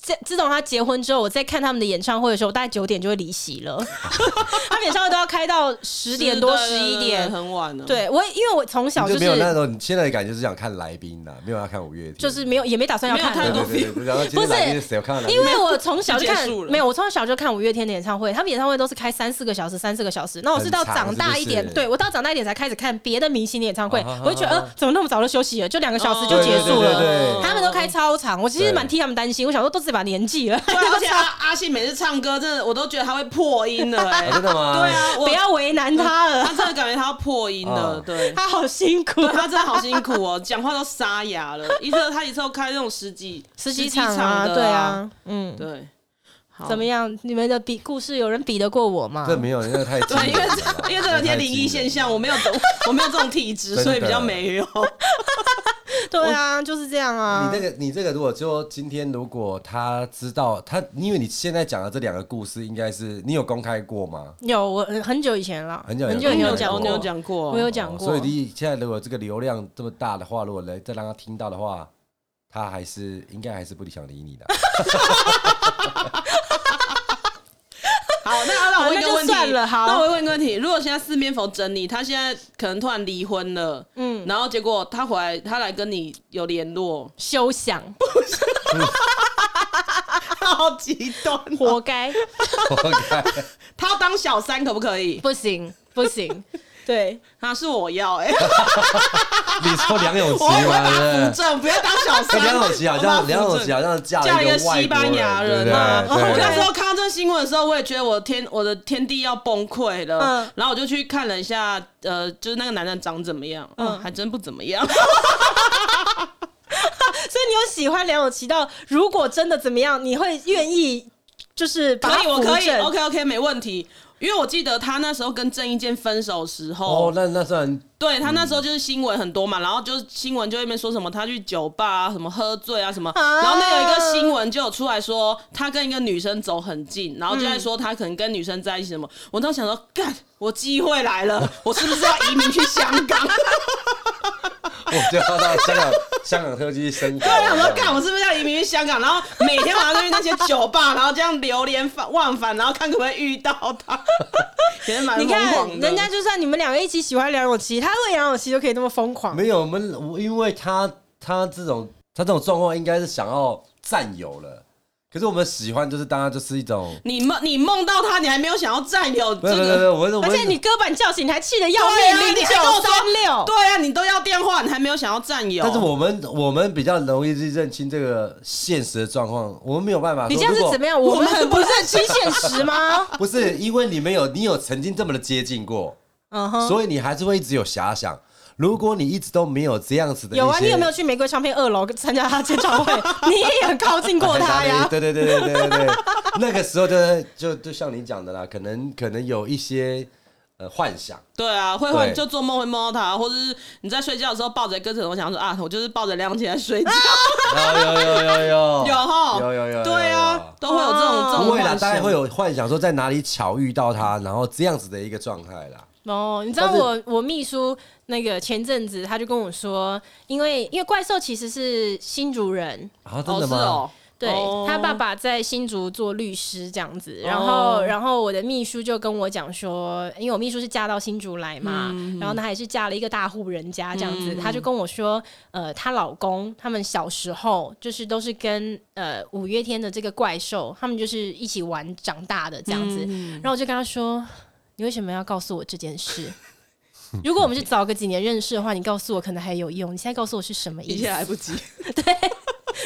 S2: 自自从他结婚之后，我在看他们的演唱会的时候，我大概九点就会离席 了。他们演唱会都要开到十点多、
S3: 是
S2: 十
S3: 对
S2: 一
S3: 对对
S2: 点。
S3: 很晚了。，哦
S2: 对我，因为我从小
S1: 你
S2: 就
S1: 就没有那
S2: 是
S1: 种，你现在的感觉是想看来宾的，没有要看五月天，
S2: 就是没有也没打算要
S3: 没有
S1: 对
S2: 看
S3: 看
S2: 了
S3: 过
S1: 对对对，然后今天来宾是谁？我看到来宾
S2: 因为我从小就看
S3: 就结束，了
S2: 没有，我从小就看五月天的演唱会，他们演唱会都是开三四个小时、三四个小时。那我是到
S1: 很长
S2: 长大一点，
S1: 是不是
S2: 对我到长大一点才开始看别的明星的演唱会，
S1: 啊
S2: 我就觉得，呃，怎么那么早就休息了？就两个小时就
S1: 哦对
S2: 结
S1: 对
S2: 束
S1: 对
S2: 了。
S1: 对对
S2: 他们都开超长，我其实蛮替他们担心。我想说，都自己把年纪了，
S3: 对，而且阿阿信每次唱歌，真的我都觉得他会破音了，哎
S1: 啊，真的吗？
S3: 对啊，我
S2: 呃不要为难他了，
S3: 他真的感觉他要破音了，
S1: 啊
S3: 对。
S2: 他好辛苦啊
S3: 对。他真的好辛苦哦，讲话都沙哑了。一次他一次要开那种十几
S2: 十几
S3: 场
S2: 场啊，
S3: 的
S2: 对，啊，嗯，
S3: 对。好
S2: 怎么？样？你们的比故事有人比得过我吗？
S1: 这没有，那个太
S3: 对，因为
S1: 惊人了
S3: 这 因为这两天灵异现象，我没有懂，我没有这种体质，
S1: 真的
S3: 所以比较没有。
S2: 对啊，就是这样
S3: 嗯
S2: 啊
S1: 你那。个，你这个，如果说今天如果他知道他，因为你现在讲的这两个故事，应该是你有公开过吗？
S2: 有我呃很久以前了，
S1: 很久以前
S2: 很久以前
S1: 你
S2: 有
S1: 有
S2: 讲
S1: 过
S3: 你有
S2: 过，
S3: 讲过，啊
S2: 我有讲
S1: 哦
S2: 过。
S1: 所以你现在如果这个流量这么大的话，如果来再让他听到的话，他还是应该还是不想理你的。
S3: 好，那那我问
S2: 好那
S3: 一个
S2: 就
S3: 问题，
S2: 算了好，
S3: 那我问一个问题，如果现在四面佛整你，他现在可能突然离婚了，嗯，然后结果他回来，他来跟你有联络
S2: 休想，
S3: 好极端哦、
S2: 活 该，
S1: OK，
S3: 他要当小三可不可以？
S2: 不行不 行，对，
S3: 他是我要哎、
S1: 你说梁咏琪
S3: 我要把
S1: 吗？
S3: 他
S1: 对
S3: 扶正，不要当小
S1: 不对
S3: 三。
S1: 梁咏琪好啊
S3: 我把他
S1: 像
S3: 扶
S1: 梁咏琪
S3: 正
S1: 好像嫁
S3: 嫁
S1: 了
S3: 一
S1: 一
S3: 个
S1: 个外
S3: 西班牙
S1: 国人
S3: 人啊！
S1: 对不对
S3: 我
S1: 对
S3: 那时候看到这个新闻的时候，我也觉得我的天，我的天地要崩溃了。
S2: 嗯
S3: 然后我就去看了一下，呃，就是那个男的长怎么样？嗯，
S2: 嗯
S3: 还真不怎么样。
S2: 所以你有喜欢梁咏琪到，如果真的怎么样，你会愿意就是把它
S3: 可以，我可
S2: 扶
S3: 以
S2: 正
S3: ，OK OK，没问题。因为我记得他那时候跟郑伊健分手时候，
S1: 哦，那那算
S3: 对他那
S1: 嗯
S3: 时候就是新闻很多嘛，然后就是新闻就在那边说什么他去酒吧啊，什么喝醉啊什么，
S2: 啊
S3: 然后那有一个新闻就有出来说他跟一个女生走很近，然后就在说他可能跟女生在一起什么，我当时想说，干，我机会 来了，我是不是要移民去香港？
S1: 我就要到香港香港特区生活。
S3: 对，啊我想说干，我是不是要移民去香港？然后每天晚上都去那些酒吧，然后这样流连返忘返，然后看可不可以遇到他， 也是蛮
S2: 你
S3: 疯狂
S2: 看，
S3: 的。
S2: 人家就算你们两个一起喜欢梁咏琪，他为梁咏琪都可以那么疯狂。
S1: 没有，我们我因为他他这种他这种状况应该是想要占有了，可是我们喜欢就是当然就是一种，
S3: 你梦你梦到他，你还没有想要占有这
S1: 没有没有没
S3: 个。
S1: 有，我是我
S2: 而且
S1: 是
S2: 你哥版叫醒，你还气得要命
S3: 对，啊
S2: 零
S3: 你
S2: 九
S3: 还跟我说
S2: 三六。
S3: 对啊，你都要电话，你还没有想要占有。
S1: 但是我们我们比较容易去认清这个现实的状况，我们没有办法。
S2: 你这样是怎么？样？我
S3: 我
S2: 们
S3: 们
S2: 很
S3: 是
S2: 不
S3: 不
S2: 认清现实吗？
S1: 不是因为你没有，你有曾经这么的接近过，
S2: 嗯哼，
S1: 所以你还是会一直有遐想。如果你一直都没有这样子的一些，
S2: 有啊，你有没有去玫瑰唱片二楼参加他签唱会？ 你也很靠近过他 呀。
S1: 对对对对对对对， 那个时候就是就就像你讲的啦，可能可能有一些呃幻想，
S3: 对啊，会会
S1: 对
S3: 就做梦会梦到他，或者是你在睡觉的时候抱着跟着，我想说啊，我就是抱着亮起来睡觉，
S1: 啊有有有有有
S3: 有哈，
S1: 有有有，
S3: 对啊，都会有这种
S2: 哦
S3: 这
S1: 不
S3: 种
S1: 会啦，
S3: 幻
S1: 大概
S3: 想
S1: 会。有幻想说在哪里巧遇到他，然后这样子的一个状态啦。
S2: 哦，你知道我我秘书那个前阵子他就跟我说，因为因为怪兽其实是新竹人，
S1: 啊，真
S3: 哦，
S1: 的
S3: 是
S1: 吗？
S3: 哦，
S2: 对、
S3: 哦
S2: 他爸爸在新竹做律师这样子，然后、
S3: 哦
S2: 然后我的秘书就跟我讲说，因为我秘书是嫁到新竹来嘛，
S3: 嗯
S2: 然后呢还是嫁了一个大户人家这样子，她就跟我说，呃，她老公他们小时候就是都是跟呃五月天的这个怪兽，他们就是一起玩长大的这样
S3: 嗯
S2: 子，然后我就跟他说，你为什么要告诉我这件事？ 如果我们是早个几年认识的话，你告诉我可能还有用。你现在告诉我是什么意
S3: 一
S2: 思
S3: 切？来不及。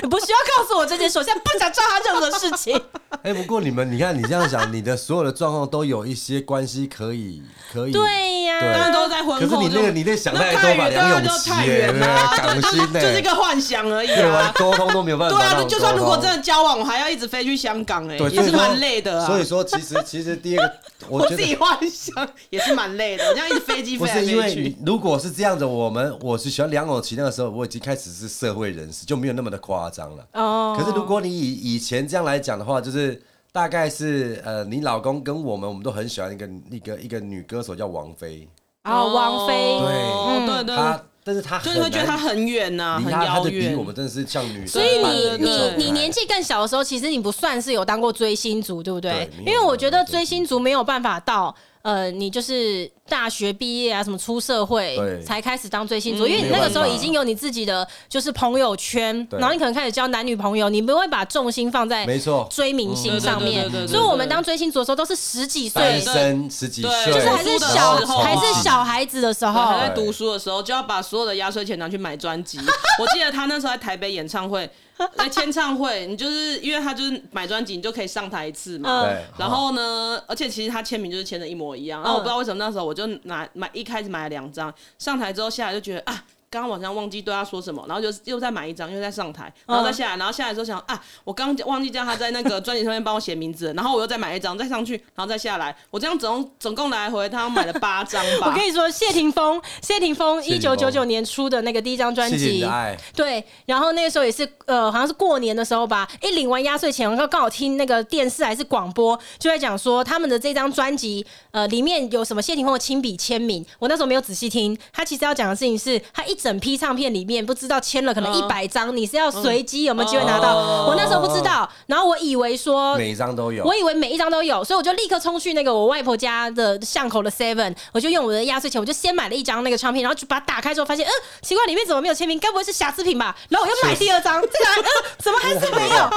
S2: 你不需要告诉我这件事，我现在不想知道他任何事情。
S1: 哎、不过你们，你看你这样想，你的所有的状况都有一些关系可以可以。
S2: 对呀、
S1: 对
S3: 大家都在婚
S1: 可是
S3: 后
S1: 你
S3: 就，
S1: 那个你那想太
S3: 那
S1: 多吧，
S3: 远，
S1: 梁
S3: 对啊
S1: 咏
S3: 就
S1: 琪
S3: 太
S1: 耶，
S3: 远啦，
S1: 港
S3: 对，就是
S1: 星
S3: 就是一
S1: 呢，
S3: 个幻想而已
S1: 对完
S3: 啊。
S1: 沟通都没有办法
S3: 对
S1: 让沟
S3: 啊，
S1: 通。
S3: 就算如果真的交往，我还要一直飞去香港，哎，
S1: 对，
S3: 也
S1: 所以
S3: 是
S1: 说
S3: 蛮累的啊。
S1: 所以说，其实其实第一 个，我
S3: 我
S1: 觉
S3: 自己
S1: 得
S3: 幻想也是蛮累的，这样一直飞机
S1: 不
S3: 飞来
S1: 是因
S3: 飞
S1: 为
S3: 去。
S1: 你如果是这样子，我们我是喜欢梁咏琪那个时候，我已经开始是社会人士，就没有那么的夸张了。
S2: 哦
S1: 可是如果你以以前这样来讲的话，就是大概是呃，你老公跟我们，我们都很喜欢一个一个一个女歌手叫王菲，
S2: 啊、王菲
S1: 对
S3: 哦哦对对，
S1: 嗯她但是他
S3: 就是会觉得它
S1: 很
S3: 很远呐、
S1: 难
S3: 很
S1: 离他他
S3: 遥
S1: 的比
S3: 远
S1: 我。们真的是像女生
S2: 所以
S1: 般的
S2: 你
S1: 那
S3: 对
S1: 种
S3: 对
S2: 你你
S1: 状态
S2: 年纪更小的时候，其实你不算是有当过追星族，对不对？
S1: 对
S2: 因
S1: 没有
S2: 为我觉得追星族没有办法到呃，你就是大学毕业啊，什么出社会
S1: 对
S2: 才开始当追星族，
S3: 嗯
S2: 因为你那个时候
S1: 没办法
S2: 已经有你自己的就是朋友圈，
S1: 对
S2: 然后你可能开始交男女朋友，你不会把重心放在
S1: 没错，
S2: 追明星
S1: 嗯
S2: 上面
S1: 对对对对，对
S2: 所以我们当追星族的时候都是十几
S1: 单
S2: 岁，
S1: 身十几
S3: 对
S1: 岁，
S2: 就是还是
S3: 读书的
S2: 小
S1: 然后
S2: 还
S1: 从
S2: 是
S1: 此
S2: 小孩子的时
S3: 然后
S2: 候
S3: 他，在读书的时候，就要把所有的压岁钱拿去买专辑。 我记得他那时候在台北演唱会，在签唱会，你就是因为他就是买专辑，你就可以上台一次嘛。
S2: 嗯
S1: 对，
S3: 然后呢，而且其实他签名就是签的一模一样。然
S2: 嗯
S3: 哦后我不知道为什么那时候我就拿买一开始买了两张，上台之后下来就觉得啊。刚刚晚上忘记对他说什么，然后就又再买一张，又再上台，
S2: 嗯
S3: 然后再下来，然后下来之后想啊，我刚刚忘记叫他在那个专辑上面帮我写名字了，然后我又再买一张，再上去，然后再下来，我这样总总共来回他买了八张吧。
S2: 我跟你说，谢霆锋，谢霆锋
S1: 谢
S2: 一
S1: 霆
S2: 九
S1: 锋
S2: 九九年出的那个第一张专
S1: 谢谢你
S2: 辑
S1: 的，爱，
S2: 对，然后那个时候也是，呃，好像是过年的时候吧，一领完压岁钱，然后刚好听那个电视还是广播，就在讲说他们的这张专辑，呃，里面有什么谢霆锋的亲笔签名。我那时候没有仔细听，他其实要讲的事情是他一整批唱片里面不知道签了可能一
S3: 嗯
S2: 百张，你是要随机有没有机会拿到？
S3: 哦
S2: 我那时候不知道，然后我以为说
S1: 每一张都有
S2: 我。以为每一张都有，所以我就立刻冲去那个我外婆家的巷口的 Seven，我就用我的压岁钱，我就先买了一张那个唱片，然后就把它打开之后发现，嗯，奇怪，里面怎么没有签名？该不会是瑕疵品吧？然后我又买第二 张，再来，嗯，怎么还是没有？然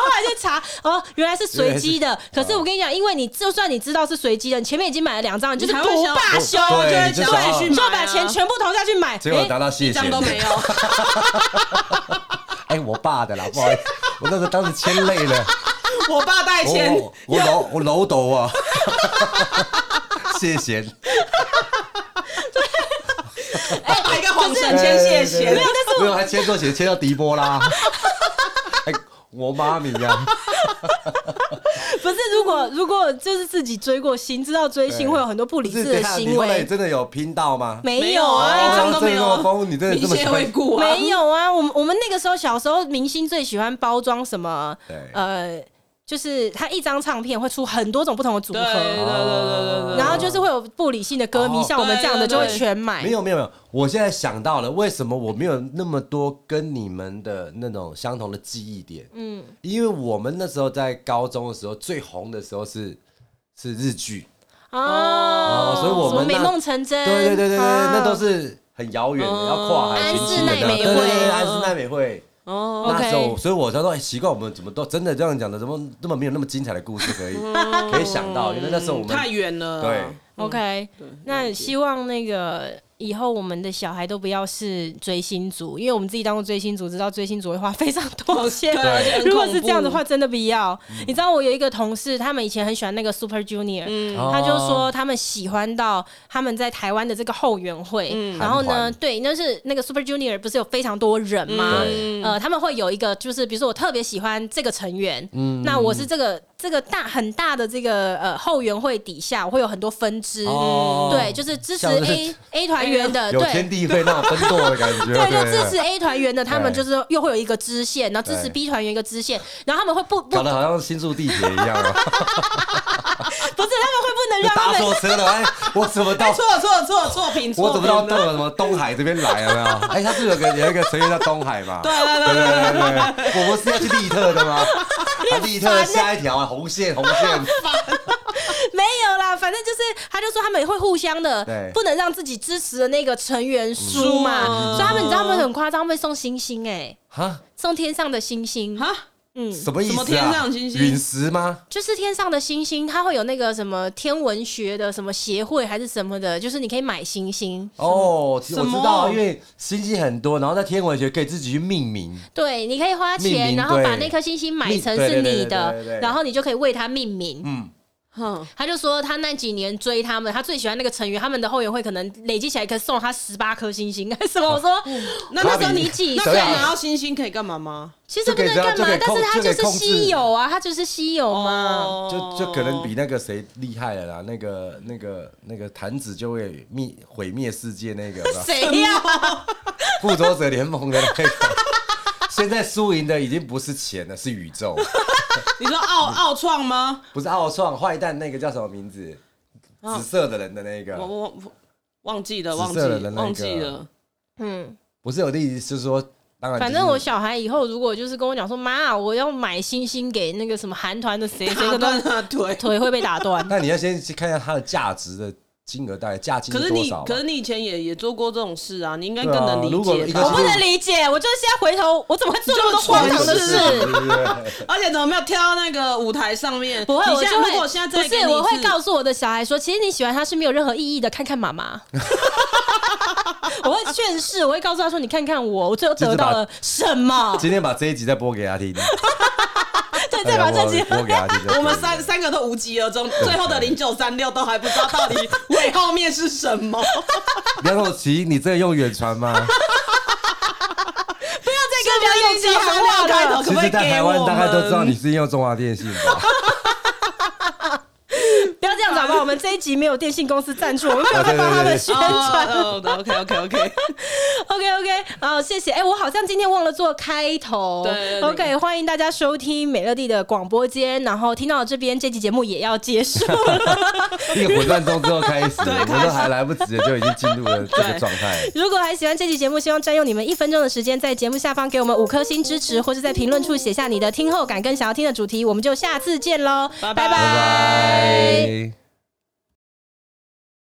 S2: 后后来就查，哦，原来是随机 的。可是我跟你讲，因为你就算你知道是随机的，你前面已经买了两张，你就是
S3: 你还会
S2: 不
S3: 想
S2: 罢休，
S1: 对啊
S2: 就会
S1: 你就
S2: 想
S1: 想要
S2: 对就把钱全部投下去买。
S1: 结果
S2: 诶
S1: 拿到
S3: 一
S1: 谢谢
S3: 张都
S1: 你，
S3: 没有，
S1: 哎，我爸的啦，不好 意思，我那时候当时签累了，
S3: 我爸带
S1: 我
S3: 钱，
S1: 我我楼我楼抖啊， 谢谢，
S3: 还跟黄圣先谢
S1: 对对对对
S2: 但
S3: 谢。
S2: 是我
S1: 没有还签错写签到迪波啦， 哎，我妈咪呀，
S2: 不是，如果如果就是自己追过星，知道追星
S1: 对
S2: 会有很多不理
S1: 不是
S2: 智
S1: 等一
S2: 的
S1: 下
S2: 行
S1: 你后来
S2: 为
S1: 也，真的有拼到吗？
S2: 没有啊。
S3: 一张都
S1: 哦
S3: 没
S1: 这么
S3: 有。
S1: 疯你真的这么喜
S3: 谢
S1: 欢
S3: 惠顾啊？
S2: 没有啊，我们我们那个时候小时候，明星最喜欢包装什么？
S1: 对
S2: 呃，就是他一张唱片会出很多种不同的组
S3: 对对对
S2: 合，
S3: 对对对。
S2: 呃然后就是会有不理性的歌迷，
S1: 哦
S2: 像我们这样的
S3: 对对
S2: 就会
S3: 对
S2: 全买。
S1: 没有没有没有，我现在想到了，为什么我没有那么多跟你们的那种相同的记忆点？嗯，因为我们那时候在高中的时候最红的时候是是日剧，
S2: 啊
S1: 哦所以我们
S2: 什么美
S1: 那
S2: 梦成真，
S1: 对对对对对，
S2: 啊
S1: 那都是很遥远的，
S3: 嗯
S1: 要跨海行进的那种，
S2: 安哦室奈
S1: 对
S2: 美惠
S1: 对对，安室奈美惠。
S3: 哦，
S1: 那时候，
S2: OK
S1: 所以我才说，哎、奇怪，我们怎么都真的这样讲的，怎么那么没有那么精彩的故事可以可以想到？因为那时候我们
S3: 太远了。
S1: 对，
S2: OK，那希望那个以后我们的小孩都不要是追星族，因为我们自己当过追星族，知道追星族会花非常多的钱。
S3: 对而且很
S2: 如果是这样的
S3: 恐怖
S2: 话，真的不要。你知道我有一个同事，他们以前很喜欢那个 Super Junior，、他
S1: 嗯哦
S2: 就说他们喜欢到他们在台湾的这个后援会，然后
S1: 韩
S2: 呢，
S1: 团
S2: 对，那是那个 Super Junior 不是有非常多人吗？
S1: 对
S2: 呃，他们会有一个，就是比如说我特别喜欢这个成员，
S1: 嗯
S2: 那我是这个这个大很大的这个呃后援会底下，我会有很多分支，
S1: 哦
S2: 对，就是支持
S1: 像是
S2: A A 团员的，
S1: 有天
S2: 呃对。
S1: 地会那种分舵的感觉，
S2: 对，就
S1: 对
S2: 支持 A 团员的，他们
S1: 对
S2: 就是又会有一个支线，然后支持
S1: 对
S2: B 团员一个支线，然后他们会不不
S1: 搞得好像新宿地铁一样啊。
S2: 不是他们会不能
S1: 就
S2: 让他
S1: 搭
S2: 们
S1: 错车了，哎，我怎么到
S3: 哎，？错了错了错了错评，
S1: 我怎么到
S3: 对
S1: 到了什么东海这边来了没有？哎，他是有个有一个成员叫东海嘛？对
S3: 对
S1: 对对
S3: 对
S1: 对对，我们是要去利特的吗？啊，利特下一条啊，红线红线，
S2: 没有啦，反正就是，他就说他们也会互相的
S1: 对，
S2: 不能让自己支持的那个成员输嘛，
S3: 嗯
S2: 所以他们你知道他们很夸张，他们会送星星哎、
S1: 哈，
S2: 送天上的星星，
S3: 啊，
S2: 嗯，
S1: 什么意思啊？
S3: 什么天上星星
S1: 陨石吗？
S2: 就是天上的星星，它会有那个什么天文学的什么协会还是什么的，就是你可以买星星，
S1: 哦，其实我
S3: 什
S1: 知
S3: 么
S1: 道，因为星星很多，然后在天文学可以自己去命名。
S2: 对，你可以花
S1: 命
S2: 钱，
S1: 名
S2: 然后把
S1: 对
S2: 那颗星星买
S1: 命
S2: 成
S1: 对
S2: 是
S1: 对对对
S2: 你
S1: 对对
S2: 的，
S1: 对
S2: 然后你就可以为它命名。
S1: 嗯，
S3: 哼，
S2: 他就说他那几年追他们，他最喜欢那个成员，他们的后援会可能累积起来可以送他十八颗星 星，还是什么？我
S1: 哦
S2: 说那那时候你几
S3: 那
S1: 所
S3: 可
S1: 以
S3: 以
S2: 岁啊？
S3: 拿到星星可以干嘛吗？
S2: 其实不能干
S1: 就可以，这样就
S2: 嘛
S1: 可以
S2: 但
S1: 控
S2: 是它就是稀有啊，它就是稀有嘛。
S3: 哦
S1: 就就可能比那个谁厉害了啦，那个那个那个弹指就会灭毁灭世界那个。是
S3: 哦
S1: 吧
S2: 谁呀、
S1: 复仇者联盟的那个。现在输赢的已经不是钱了，是宇宙，
S3: 你 说奥奥创吗？
S1: 不是奥创坏蛋那个叫什么名字？紫色的人的那个
S3: 哦我，我我忘记了，
S1: 紫
S3: 忘记
S1: 色的
S3: 了
S1: 人那个
S3: 忘记了。
S2: 嗯，
S1: 不是我的意思，就是说，当然、。
S2: 反正我小孩以后如果就是跟我讲说，妈，我要买星星给那个什么韩团的谁谁，可
S3: 断
S2: 能
S3: 他的腿。
S2: 腿会被打断
S1: 但你要先去看一下它的价值的金额大概价金
S3: 可
S1: 是
S3: 是
S1: 多
S3: 你，
S1: 少嘛。
S3: 可是你以前也也做过这种事啊，你应该更
S1: 对啊
S3: 能理
S1: 如果一
S3: 解
S1: 个
S3: 吧。
S2: 我不能理解，我就是现在回头，我怎么会做这么多荒唐的
S3: 你就蠢
S2: 事？
S1: 对不对？
S3: 而且怎么没有跳到那个舞台上面？
S2: 不会，
S3: 你
S2: 我
S3: 现
S2: 就
S3: 在
S2: 会
S3: 如果现在
S2: 不
S3: 再给
S2: 是，
S3: 你一
S2: 我会
S3: 次
S2: 告诉我的小孩说，其实你喜欢他是没有任何意义的，看看妈妈。我会劝世，我会告诉他说：“你看看我，我最后得到了什么
S1: 今天把这一集再播给他听，？”
S2: 对，再把这集
S1: 哎播给他听。
S3: 我们三三个都无疾而终，最后的零九三六都还不知道到底尾后面是什么。
S1: 梁咏琪，你真的用远传吗？
S2: 不要用
S3: 零九三六开 头，可
S1: 其
S3: 不可
S1: 实，
S3: 以
S1: 在
S3: 给
S1: 台湾
S3: 我
S1: 大概都知道你
S3: 们？
S1: 是用中华电信 吧？
S2: 不要这样子好不好？我们这一集没有电信公司赞助，我们没有在帮他们 宣传。
S3: 哦，OK OK OK，
S2: OK OK，好，谢谢。哎、我好像今天忘了做开头。
S3: 对对对
S2: o k 欢迎大家收听美乐蒂的广播间。然后听到这边，这期节目也要结束 了。
S1: 一个混乱中之后开始，
S3: 对
S1: 我
S3: 开始
S1: 都还来不及就已经进入了这个状态。
S2: 如果还喜欢这期节目，希望占用你们一分钟的时间，在节目下方给我们五颗星支持，或是在评论处写下你的听后感跟想要听的主题。我们就下次见喽，
S3: 拜拜
S1: 拜拜。